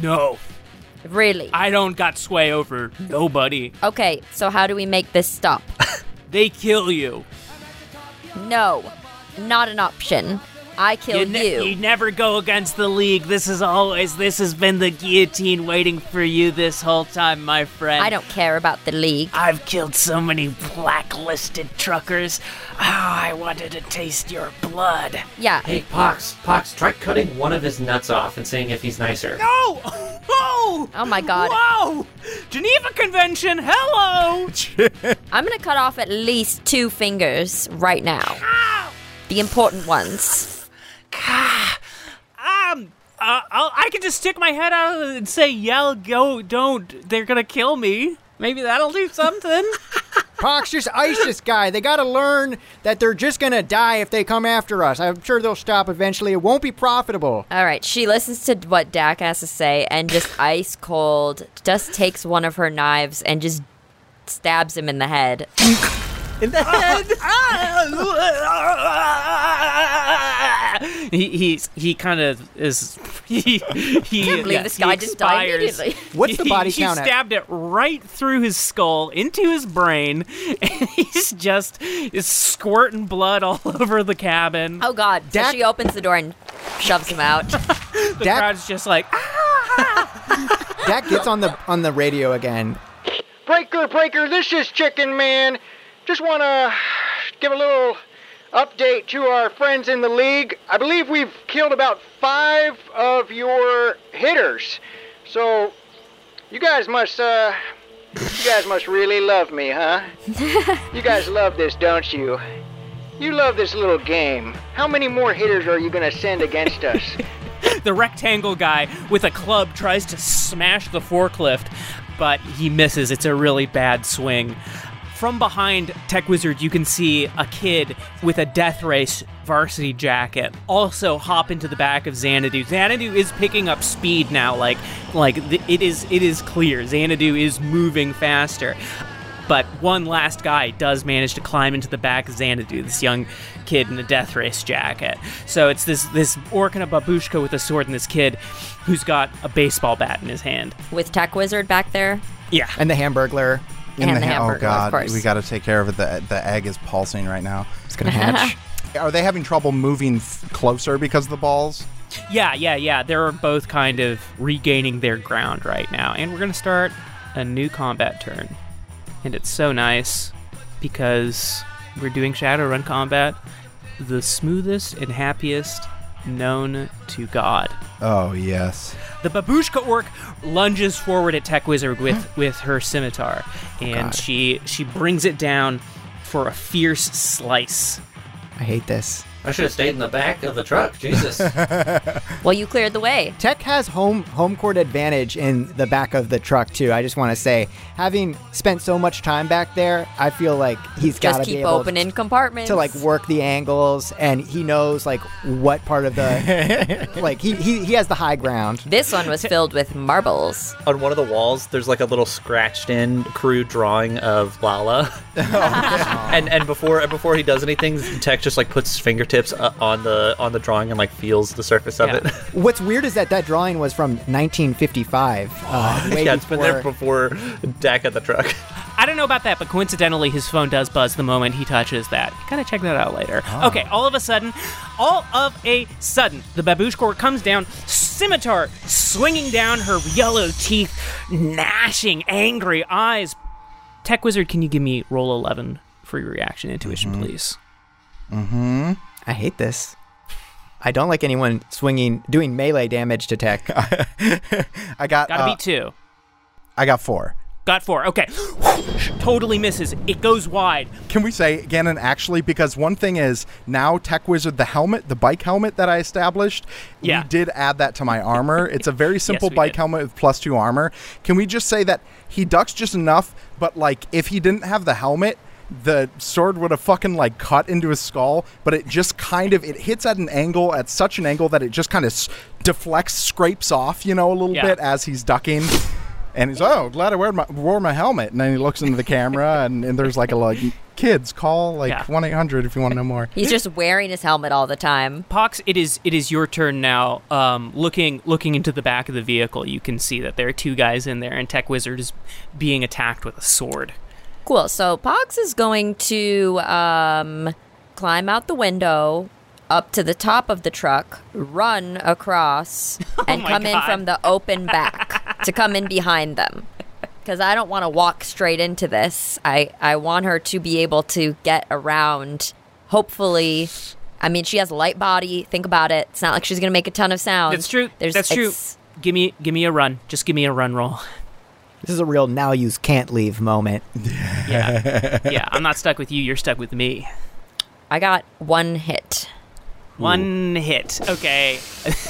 no. Really? I don't got sway over nobody. Okay, so how do we make this stop? They kill you. no, not an option. I kill you. ne- you never go against the league. This is always. This has been the guillotine waiting for you this whole time, my friend. I don't care about the league. I've killed so many blacklisted truckers. Ah, I wanted to taste your blood. Yeah. Hey, Pox, Pox, try cutting one of his nuts off and seeing if he's nicer. No! Oh! Oh my god. Whoa! Geneva Convention, hello! I'm gonna cut off at least two fingers right now. The important ones. Um, uh, I'll, I can just stick my head out and say, yell, go, don't. They're gonna kill me. Maybe that'll do something. Pox, just ice this guy. They got to learn that they're just going to die if they come after us. I'm sure they'll stop eventually. It won't be profitable. All right, she listens to what Dak has to say and just ice cold, just takes one of her knives and just stabs him in the head. In the head. he he's, he kind of is. He, he, Can't believe yeah, this he guy just died expires. immediately. What's the He- body she count at? stabbed it right through his skull into his brain, and he's just is squirting blood all over the cabin. Oh god. So Dak- she opens the door and shoves him out. the Dak- crowd's just like, "Ah." Dak gets on the on the radio again. Breaker, breaker, this is Chicken Man. Just want to give a little update to our friends in the league. I believe we've killed about five of your hitters. So, you guys must, uh, you guys must really love me, huh? you guys love this, don't you? You love this little game. How many more hitters are you going to send against us? the rectangle guy with a club tries to smash the forklift, but he misses. It's a really bad swing. From behind Tech Wizard, you can see a kid with a Death Race varsity jacket also hop into the back of Xanadu. Xanadu is picking up speed now, like like th- it is it is clear. Xanadu is moving faster. But one last guy does manage to climb into the back of Xanadu, this young kid in a death race jacket. So it's this this orc in a babushka with a sword and this kid who's got a baseball bat in his hand. With Tech Wizard back there. Yeah. And the Hamburglar. And the hamburger, oh god, of course. we got to take care of it. The the egg is pulsing right now. It's going to hatch. Are they having trouble moving f- closer because of the balls? Yeah, yeah, yeah. They're both kind of regaining their ground right now. And we're going to start a new combat turn. And it's so nice because we're doing Shadowrun combat, the smoothest and happiest known to God. Oh yes. The babushka orc lunges forward at Tech Wizard with, with her scimitar, and she she brings it down for a fierce slice. I hate this. I should have stayed in the back of the truck. Jesus. Well, you cleared the way. Tech has home home court advantage in the back of the truck too. I just want to say, having spent so much time back there, I feel like he's got Just to be keep able opening compartments. to like work the angles, and he knows like what part of the like he, he he has the high ground. This one was filled with marbles. On one of the walls, there's like a little scratched-in crude drawing of Lala, and and before before he does anything, Tech just like puts his fingertips uh, on the on the drawing and like feels the surface of Yeah. it. What's weird is that that drawing was from 1955. Uh, way yeah, it's been there before- before Dak at the truck. I don't know about that, but coincidentally, his phone does buzz the moment he touches that. Gotta check that out later. Okay, all of a sudden, all of a sudden, the babushka orc comes down, scimitar swinging down, her yellow teeth gnashing, angry eyes. Tech Wizard, can you give me roll 11 for your reaction intuition, please? I hate this. I don't like anyone swinging, doing melee damage to tech. I got Gotta uh, beat two. I got four. Got four. Okay. totally misses. It goes wide. Can we say Ganon actually? Because one thing is now Tech Wizard, the helmet, the bike helmet that I established, Yeah. we did add that to my armor. It's a very simple we bike did. helmet with plus two armor. Can we just say that he ducks just enough, but like if he didn't have the helmet, the sword would have fucking like cut into his skull, but it just kind of it hits at an angle at such an angle that it just kind of s- deflects, scrapes off, you know, a little Yeah. bit as he's ducking. And he's oh glad I wore my wore my helmet. And then he looks into the camera, and, and there's like a like kids call Yeah. like one eight hundred if you want to know more. He's just wearing his helmet all the time. Pox, it is it is your turn now. Um, looking looking into the back of the vehicle, you can see that there are two guys in there, and Tech Wizard is being attacked with a sword. Cool. So Pox is going to um, climb out the window up to the top of the truck, run across, and Oh my come in God. from the open back to come in behind them. Because I don't want to walk straight into this. I, I want her to be able to get around, hopefully. I mean, she has a light body. Think about it. It's not like she's going to make a ton of sound. That's true. That's true. Um, it's- Give me give me a run. Just give me a run roll. This is a real now use can't leave moment. Yeah, yeah. I'm not stuck with you. You're stuck with me. I got one hit. One hit. Okay.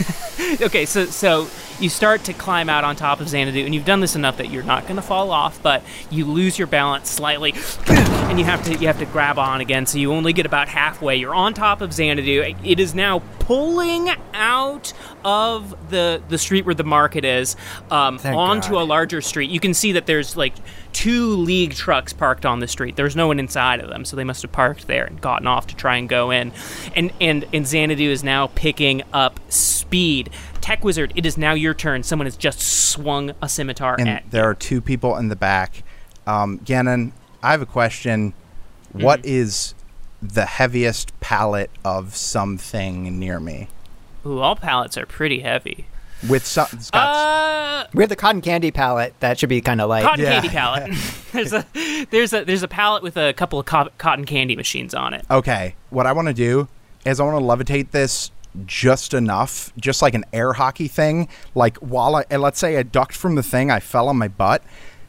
okay, so so you start to climb out on top of Xanadu, and you've done this enough that you're not gonna fall off, but you lose your balance slightly and you have to you have to grab on again, so you only get about halfway. You're on top of Xanadu. It is now pulling out of the the street where the market is, um, Thank onto God. a larger street. You can see that there's like two league trucks parked on the street. There's no one inside of them, so they must have parked there and gotten off to try and go in. And and and Xanadu is now picking up speed. Tech Wizard, it is now your turn. Someone has just swung a scimitar and at. there are two people in the back. Um, Gannon, I have a question. What is the heaviest pallet of something near me? Ooh, all pallets are pretty heavy. With some, it's got Uh, We have the cotton candy palette. That should be kind of light. cotton Uh, Yeah. candy pallet. there's a there's a there's a pallet with a couple of co- cotton candy machines on it. okay. What I want to do is I want to levitate this just enough, just like an air hockey thing. Like while I, and let's say I ducked from the thing, I fell on my butt.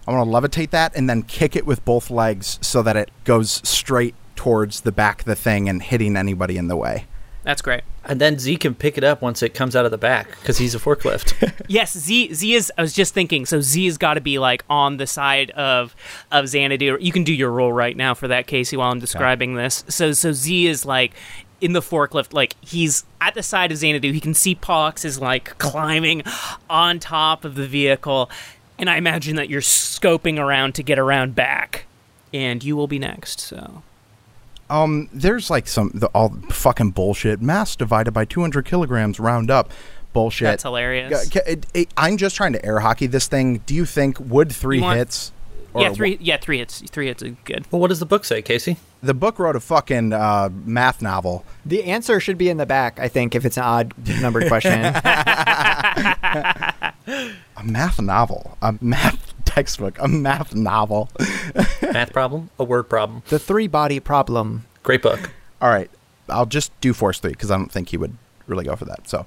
I want to levitate that and then kick it with both legs so that it goes straight towards the back of the thing and hitting anybody in the way. That's great. And then Z can pick it up once it comes out of the back because he's a forklift. Yes, Z Z is. I was just thinking. So Z has got to be like on the side of of Xanadu. You can do your roll right now for that, Casey, while I'm describing this. So so Z is like in the forklift, like he's at the side of Xanadu. He can see Pox is like climbing on top of the vehicle, and I imagine that you're scoping around to get around back, and you will be next. So Um, there's like some the, all fucking bullshit. Mass divided by 200 kilograms, round up, bullshit. that's hilarious. Yeah, ca- it- it- I'm just trying to air hockey this thing. Do you think would three You want- hits? yeah, three. Yeah, three hits. Three hits is good. well, what does the book say, Casey? The book wrote a fucking uh, math novel. The answer should be in the back, I think, if it's an odd numbered question. A math novel. A math textbook. A math novel. Math problem? A word problem? the three body problem. Great book. All right. I'll just do force three because I don't think he would really go for that. So,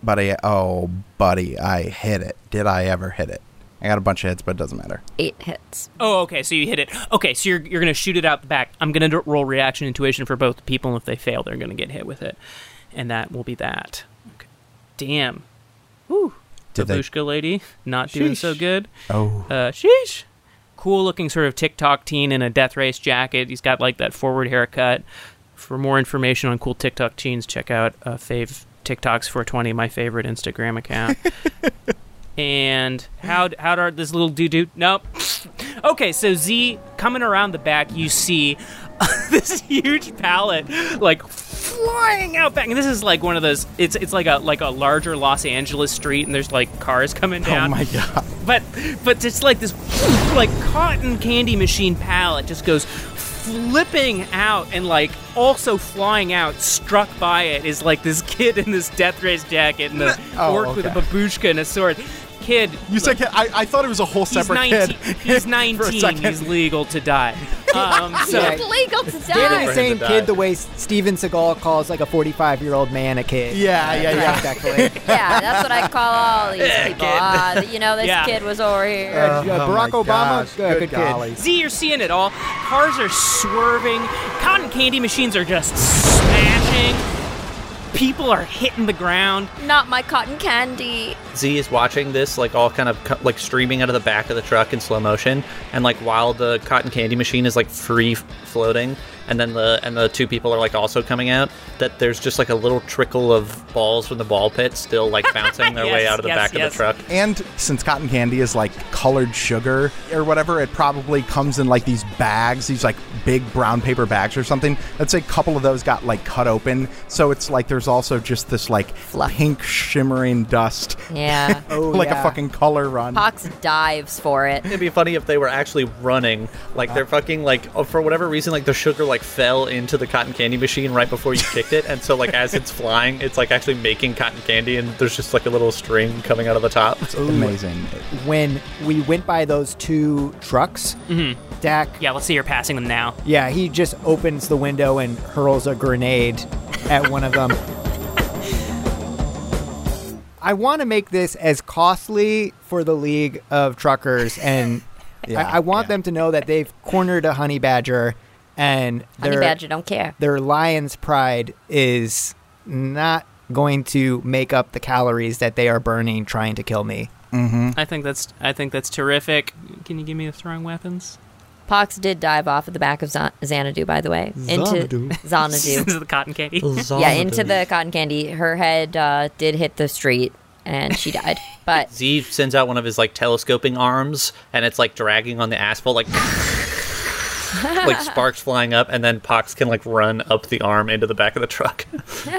buddy. Oh, buddy. I hit it. Did I ever hit it? I got a bunch of hits, but it doesn't matter. Eight hits. Oh, okay. So you hit it. Okay, so you're you're gonna shoot it out the back. I'm gonna d- roll reaction intuition for both people, and if they fail, they're gonna get hit with it, and that will be that. Okay. Damn. Woo. Did they- Babushka lady not doing so Sheesh. good. Oh. Uh, sheesh. Cool looking sort of TikTok teen in a death race jacket. He's got like that forward haircut. For more information on cool TikTok teens, check out uh, Fave TikToks 420, my favorite Instagram account. and how how are this little doo doo? Nope. Okay, so Z coming around the back, you see this huge pallet like flying out back. And this is like one of those. It's it's like a like a larger Los Angeles street, and there's like cars coming down. Oh my God. But but just like this like cotton candy machine pallet just goes flipping out and like also flying out struck by it is like this kid in this death race jacket and the Oh, orc with a okay. babushka and a sword kid You said I, I thought it was a whole he's separate 19 kid. he's For a 19 second. he's legal to die Um, so It's legal to die. Danny the same kid the way Steven Seagal calls like a 45 year old man a kid. Yeah, yeah, yeah. Exactly. yeah, that's what I call all these people. Ah, you know, this Yeah. kid was over here. Uh, Oh my Barack Obama, gosh, uh, good good, golly. kid. Z, you're seeing it all. Cars are swerving. Cotton candy machines are just smashing. People are hitting the ground. Not my cotton candy. Z is watching this, like all kind of co- like streaming out of the back of the truck in slow motion, and like while the cotton candy machine is like free f- floating, and then the and the two people are like also coming out. That there's just like a little trickle of balls from the ball pit still like bouncing their way Yes, out of the yes, back of yes. the truck. And since cotton candy is like colored sugar or whatever, it probably comes in like these bags, these like big brown paper bags or something. Let's say a couple of those got like cut open. So it's like there's also just this like pink shimmering dust, Yeah. like yeah. a fucking color run. Pox dives for it. It'd be funny if they were actually running, like they're fucking like oh, for whatever reason, like the sugar like fell into the cotton candy machine right before you kicked it, and so like as it's flying, it's like actually making cotton candy, and there's just like a little string coming out of the top. Amazing. When we went by those two trucks, Mm-hmm. Dak, Yeah, let's say you're passing them now. yeah, he just opens the window and hurls a grenade at one of them. I want to make this as costly for the League of Truckers, and I, I want them to know that they've cornered a honey badger, and Honey they're- badger don't care. their lion's pride is not going to make up the calories that they are burning trying to kill me. I think that's I think that's terrific. Can you give me the throwing weapons? Pox did dive off of the back of Zan- Xanadu, by the way. Into Xanadu. Into the cotton candy. yeah, into the cotton candy. Her head uh, did hit the street and she died. But Z sends out one of his like telescoping arms, and it's like dragging on the asphalt, like like sparks flying up, and then Pox can like run up the arm into the back of the truck. we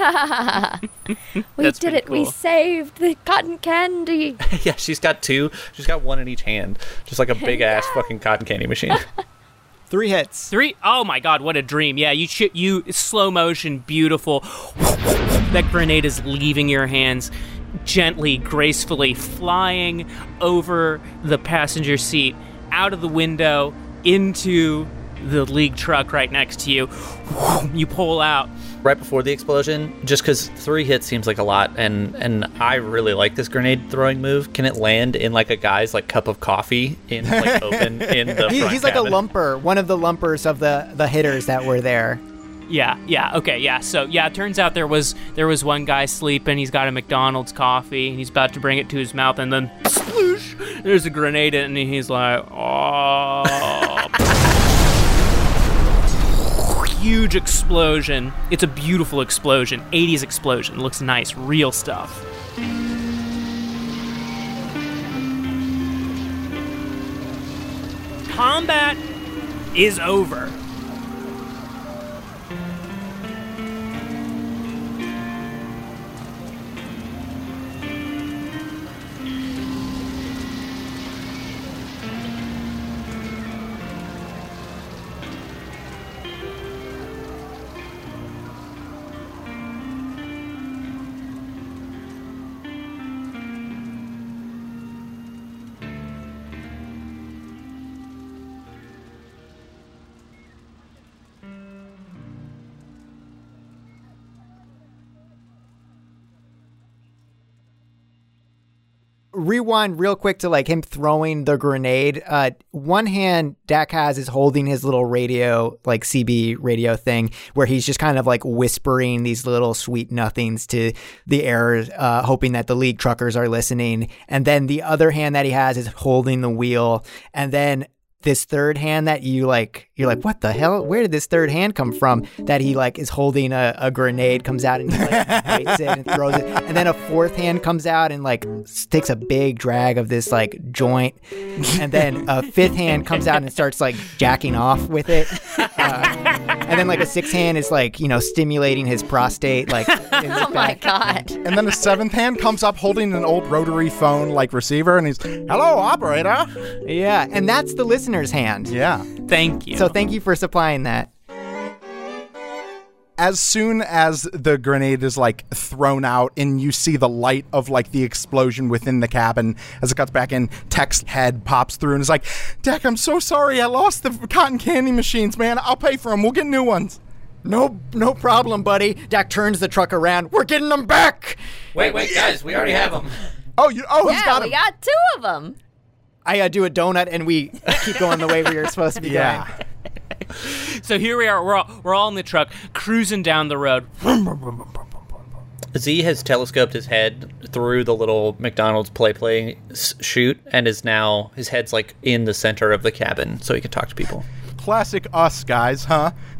That's did pretty it. We cool. saved the cotton candy. yeah, she's got two. She's got one in each hand, just like a big ass fucking cotton candy machine. Three hits. Three oh my god, what a dream. Yeah, you shoot you slow motion, beautiful. That grenade is leaving your hands gently, gracefully flying over the passenger seat, out of the window, into the league truck right next to you. You pull out. right before the explosion, just because three hits seems like a lot, and and I really like this grenade throwing move. Can it land in like a guy's like cup of coffee in like open in the? He, front he's like a cabin? lumper, one of the lumpers of the, the hitters that were there. Yeah, yeah, okay, yeah. So yeah, it turns out there was there was one guy sleeping. He's got a McDonald's coffee, and he's about to bring it to his mouth, and then sploosh! There's a grenade, in it, and he's like, oh. Huge explosion. It's a beautiful explosion. 80s explosion. Looks nice. Real stuff. Combat is over. Rewind real quick to like him throwing the grenade. Uh, one hand Dak has is holding his little radio, like CB radio thing, where he's just kind of like whispering these little sweet nothings to the air, uh, hoping that the league truckers are listening. And then the other hand that he has is holding the wheel. And then this third hand that you like you're like what the hell where did this third hand come from that he like is holding a, a grenade comes out and he like bites it and throws it and then a fourth hand comes out and like s- takes a big drag of this like joint and then a fifth hand comes out and starts like jacking off with it Uh, and then like a sixth hand is like you know stimulating his prostate like in his Oh my back. god. And then a seventh hand comes up holding an old rotary phone like receiver and he's, hello, operator. yeah and that's the listener's hand Yeah. Thank you. so thank you for supplying that as soon as the grenade is like thrown out and you see the light of like the explosion within the cabin as it cuts back in tech's head pops through and is like deck i'm so sorry i lost the cotton candy machines man i'll pay for them we'll get new ones no no problem buddy Dak turns the truck around we're getting them back Wait, wait, guys, we already have them. oh you oh he's yeah, got we him got two of them. I uh, do a donut and we keep going the way we are supposed to be yeah going So here we are. We're all, we're all in the truck, cruising down the road. Z has telescoped his head through the little McDonald's play play s- shoot and is now his head's like in the center of the cabin so he can talk to people. classic us guys huh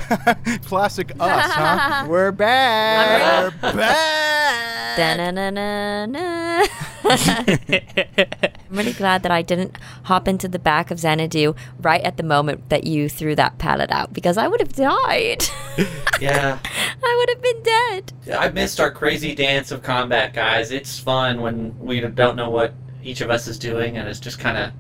classic us huh we're back we're back Da-na-na-na-na. I'm really glad that I didn't hop into the back of Xanadu right at the moment that you threw that pallet out because I would have died. Yeah. I would have been dead. I missed our crazy dance of combat, guys. It's fun when we don't know what each of us is doing and it's just kind of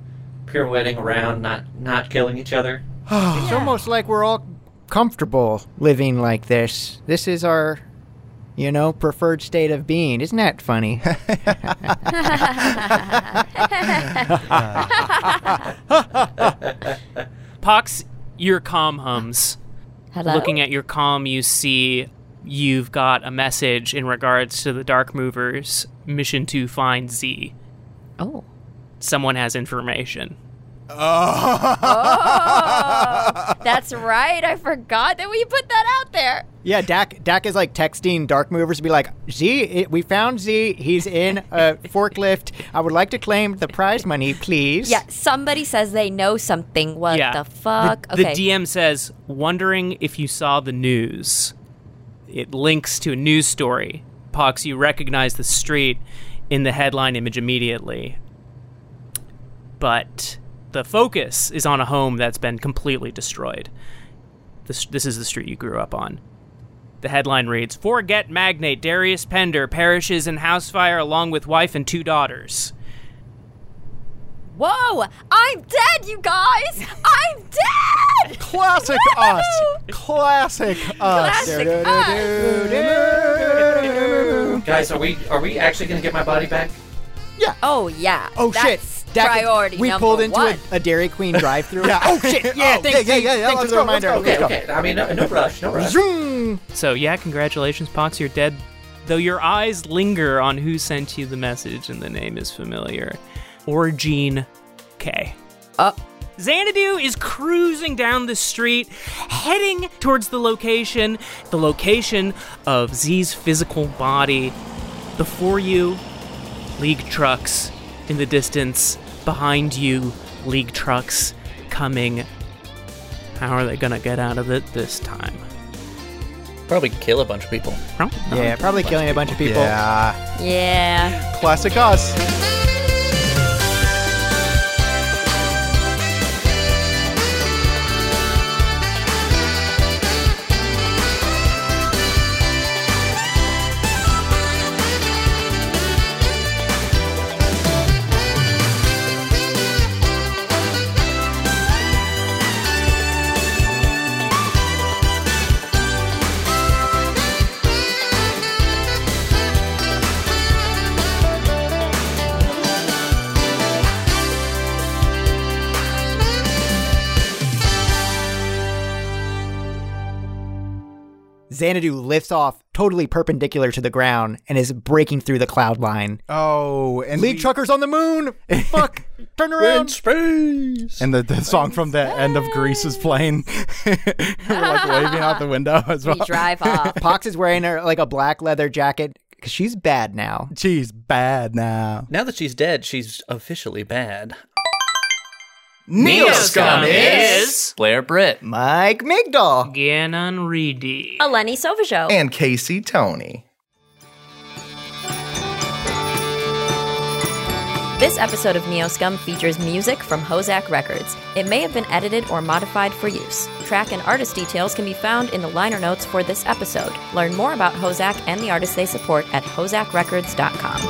pirouetting around, not not killing each other. it's almost like we're all comfortable living like this this is our you know preferred state of being isn't that funny Pox, your com hums. Hello. Looking at your com, you see you've got a message in regards to the Dark Movers mission to find Z. oh. Someone has information. That's right. I forgot that we put that out there. Yeah, Dak Dak is like texting Dark Movers to be like, Z, i- we found Z. He's in a forklift. I would like to claim the prize money, please. Yeah, somebody says they know something. What yeah. the fuck? The, the okay. DM says, wondering if you saw the news. It links to a news story. Pox, you recognize the street in the headline image immediately. But the focus is on a home that's been completely destroyed. This, this is the street you grew up on. The headline reads Forget magnate Darius Pender perishes in house fire along with wife and two daughters. Whoa! I'm dead, you guys! I'm dead! classic us classic us Classic us. Guys, are we are we actually going to get my body back? Oh yeah. Oh That's shit! Dak, priority We number pulled into one. a, a Dairy Queen drive-through. yeah. Oh shit! Yeah. Oh, thanks. yeah, yeah, yeah, yeah, let's Thanks for the go, let's reminder. go, Okay, okay. I mean, no, no rush, no rush. Zoom. So yeah, congratulations, Pox, you're dead. Though your eyes linger on who sent you the message and the name is familiar. Orgene K. Uh, Xanadu is cruising down the street, heading towards the location, the location of Z's physical body. Before you, League trucks in the distance. Behind you, League trucks coming. How are they gonna get out of it this time? Probably kill a bunch of people. Yeah, probably killing a bunch of people. yeah yeah. classic us Xanadu lifts off, totally perpendicular to the ground, and is breaking through the cloud line. oh and League we- truckers on the moon. Fuck! Turn around. space. and the, the song from the end of Grease is playing, We're, like waving out the window as well. We drive off. Pox is wearing a, like a black leather jacket because she's bad now. She's bad now. Now that she's dead, she's officially bad. Neoscum is Blair Britt. Mike Migdal. Gannon Reedy. A Lenny Silva show. And Casey Tony. This episode of Neoscum features music from Hozak Records. It may have been edited or modified for use. Track and artist details can be found in the liner notes for this episode. Learn more about Hozak and the artists they support at hozakrecords.com.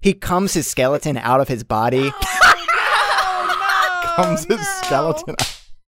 He comes his skeleton out of his body. comes his skeleton out.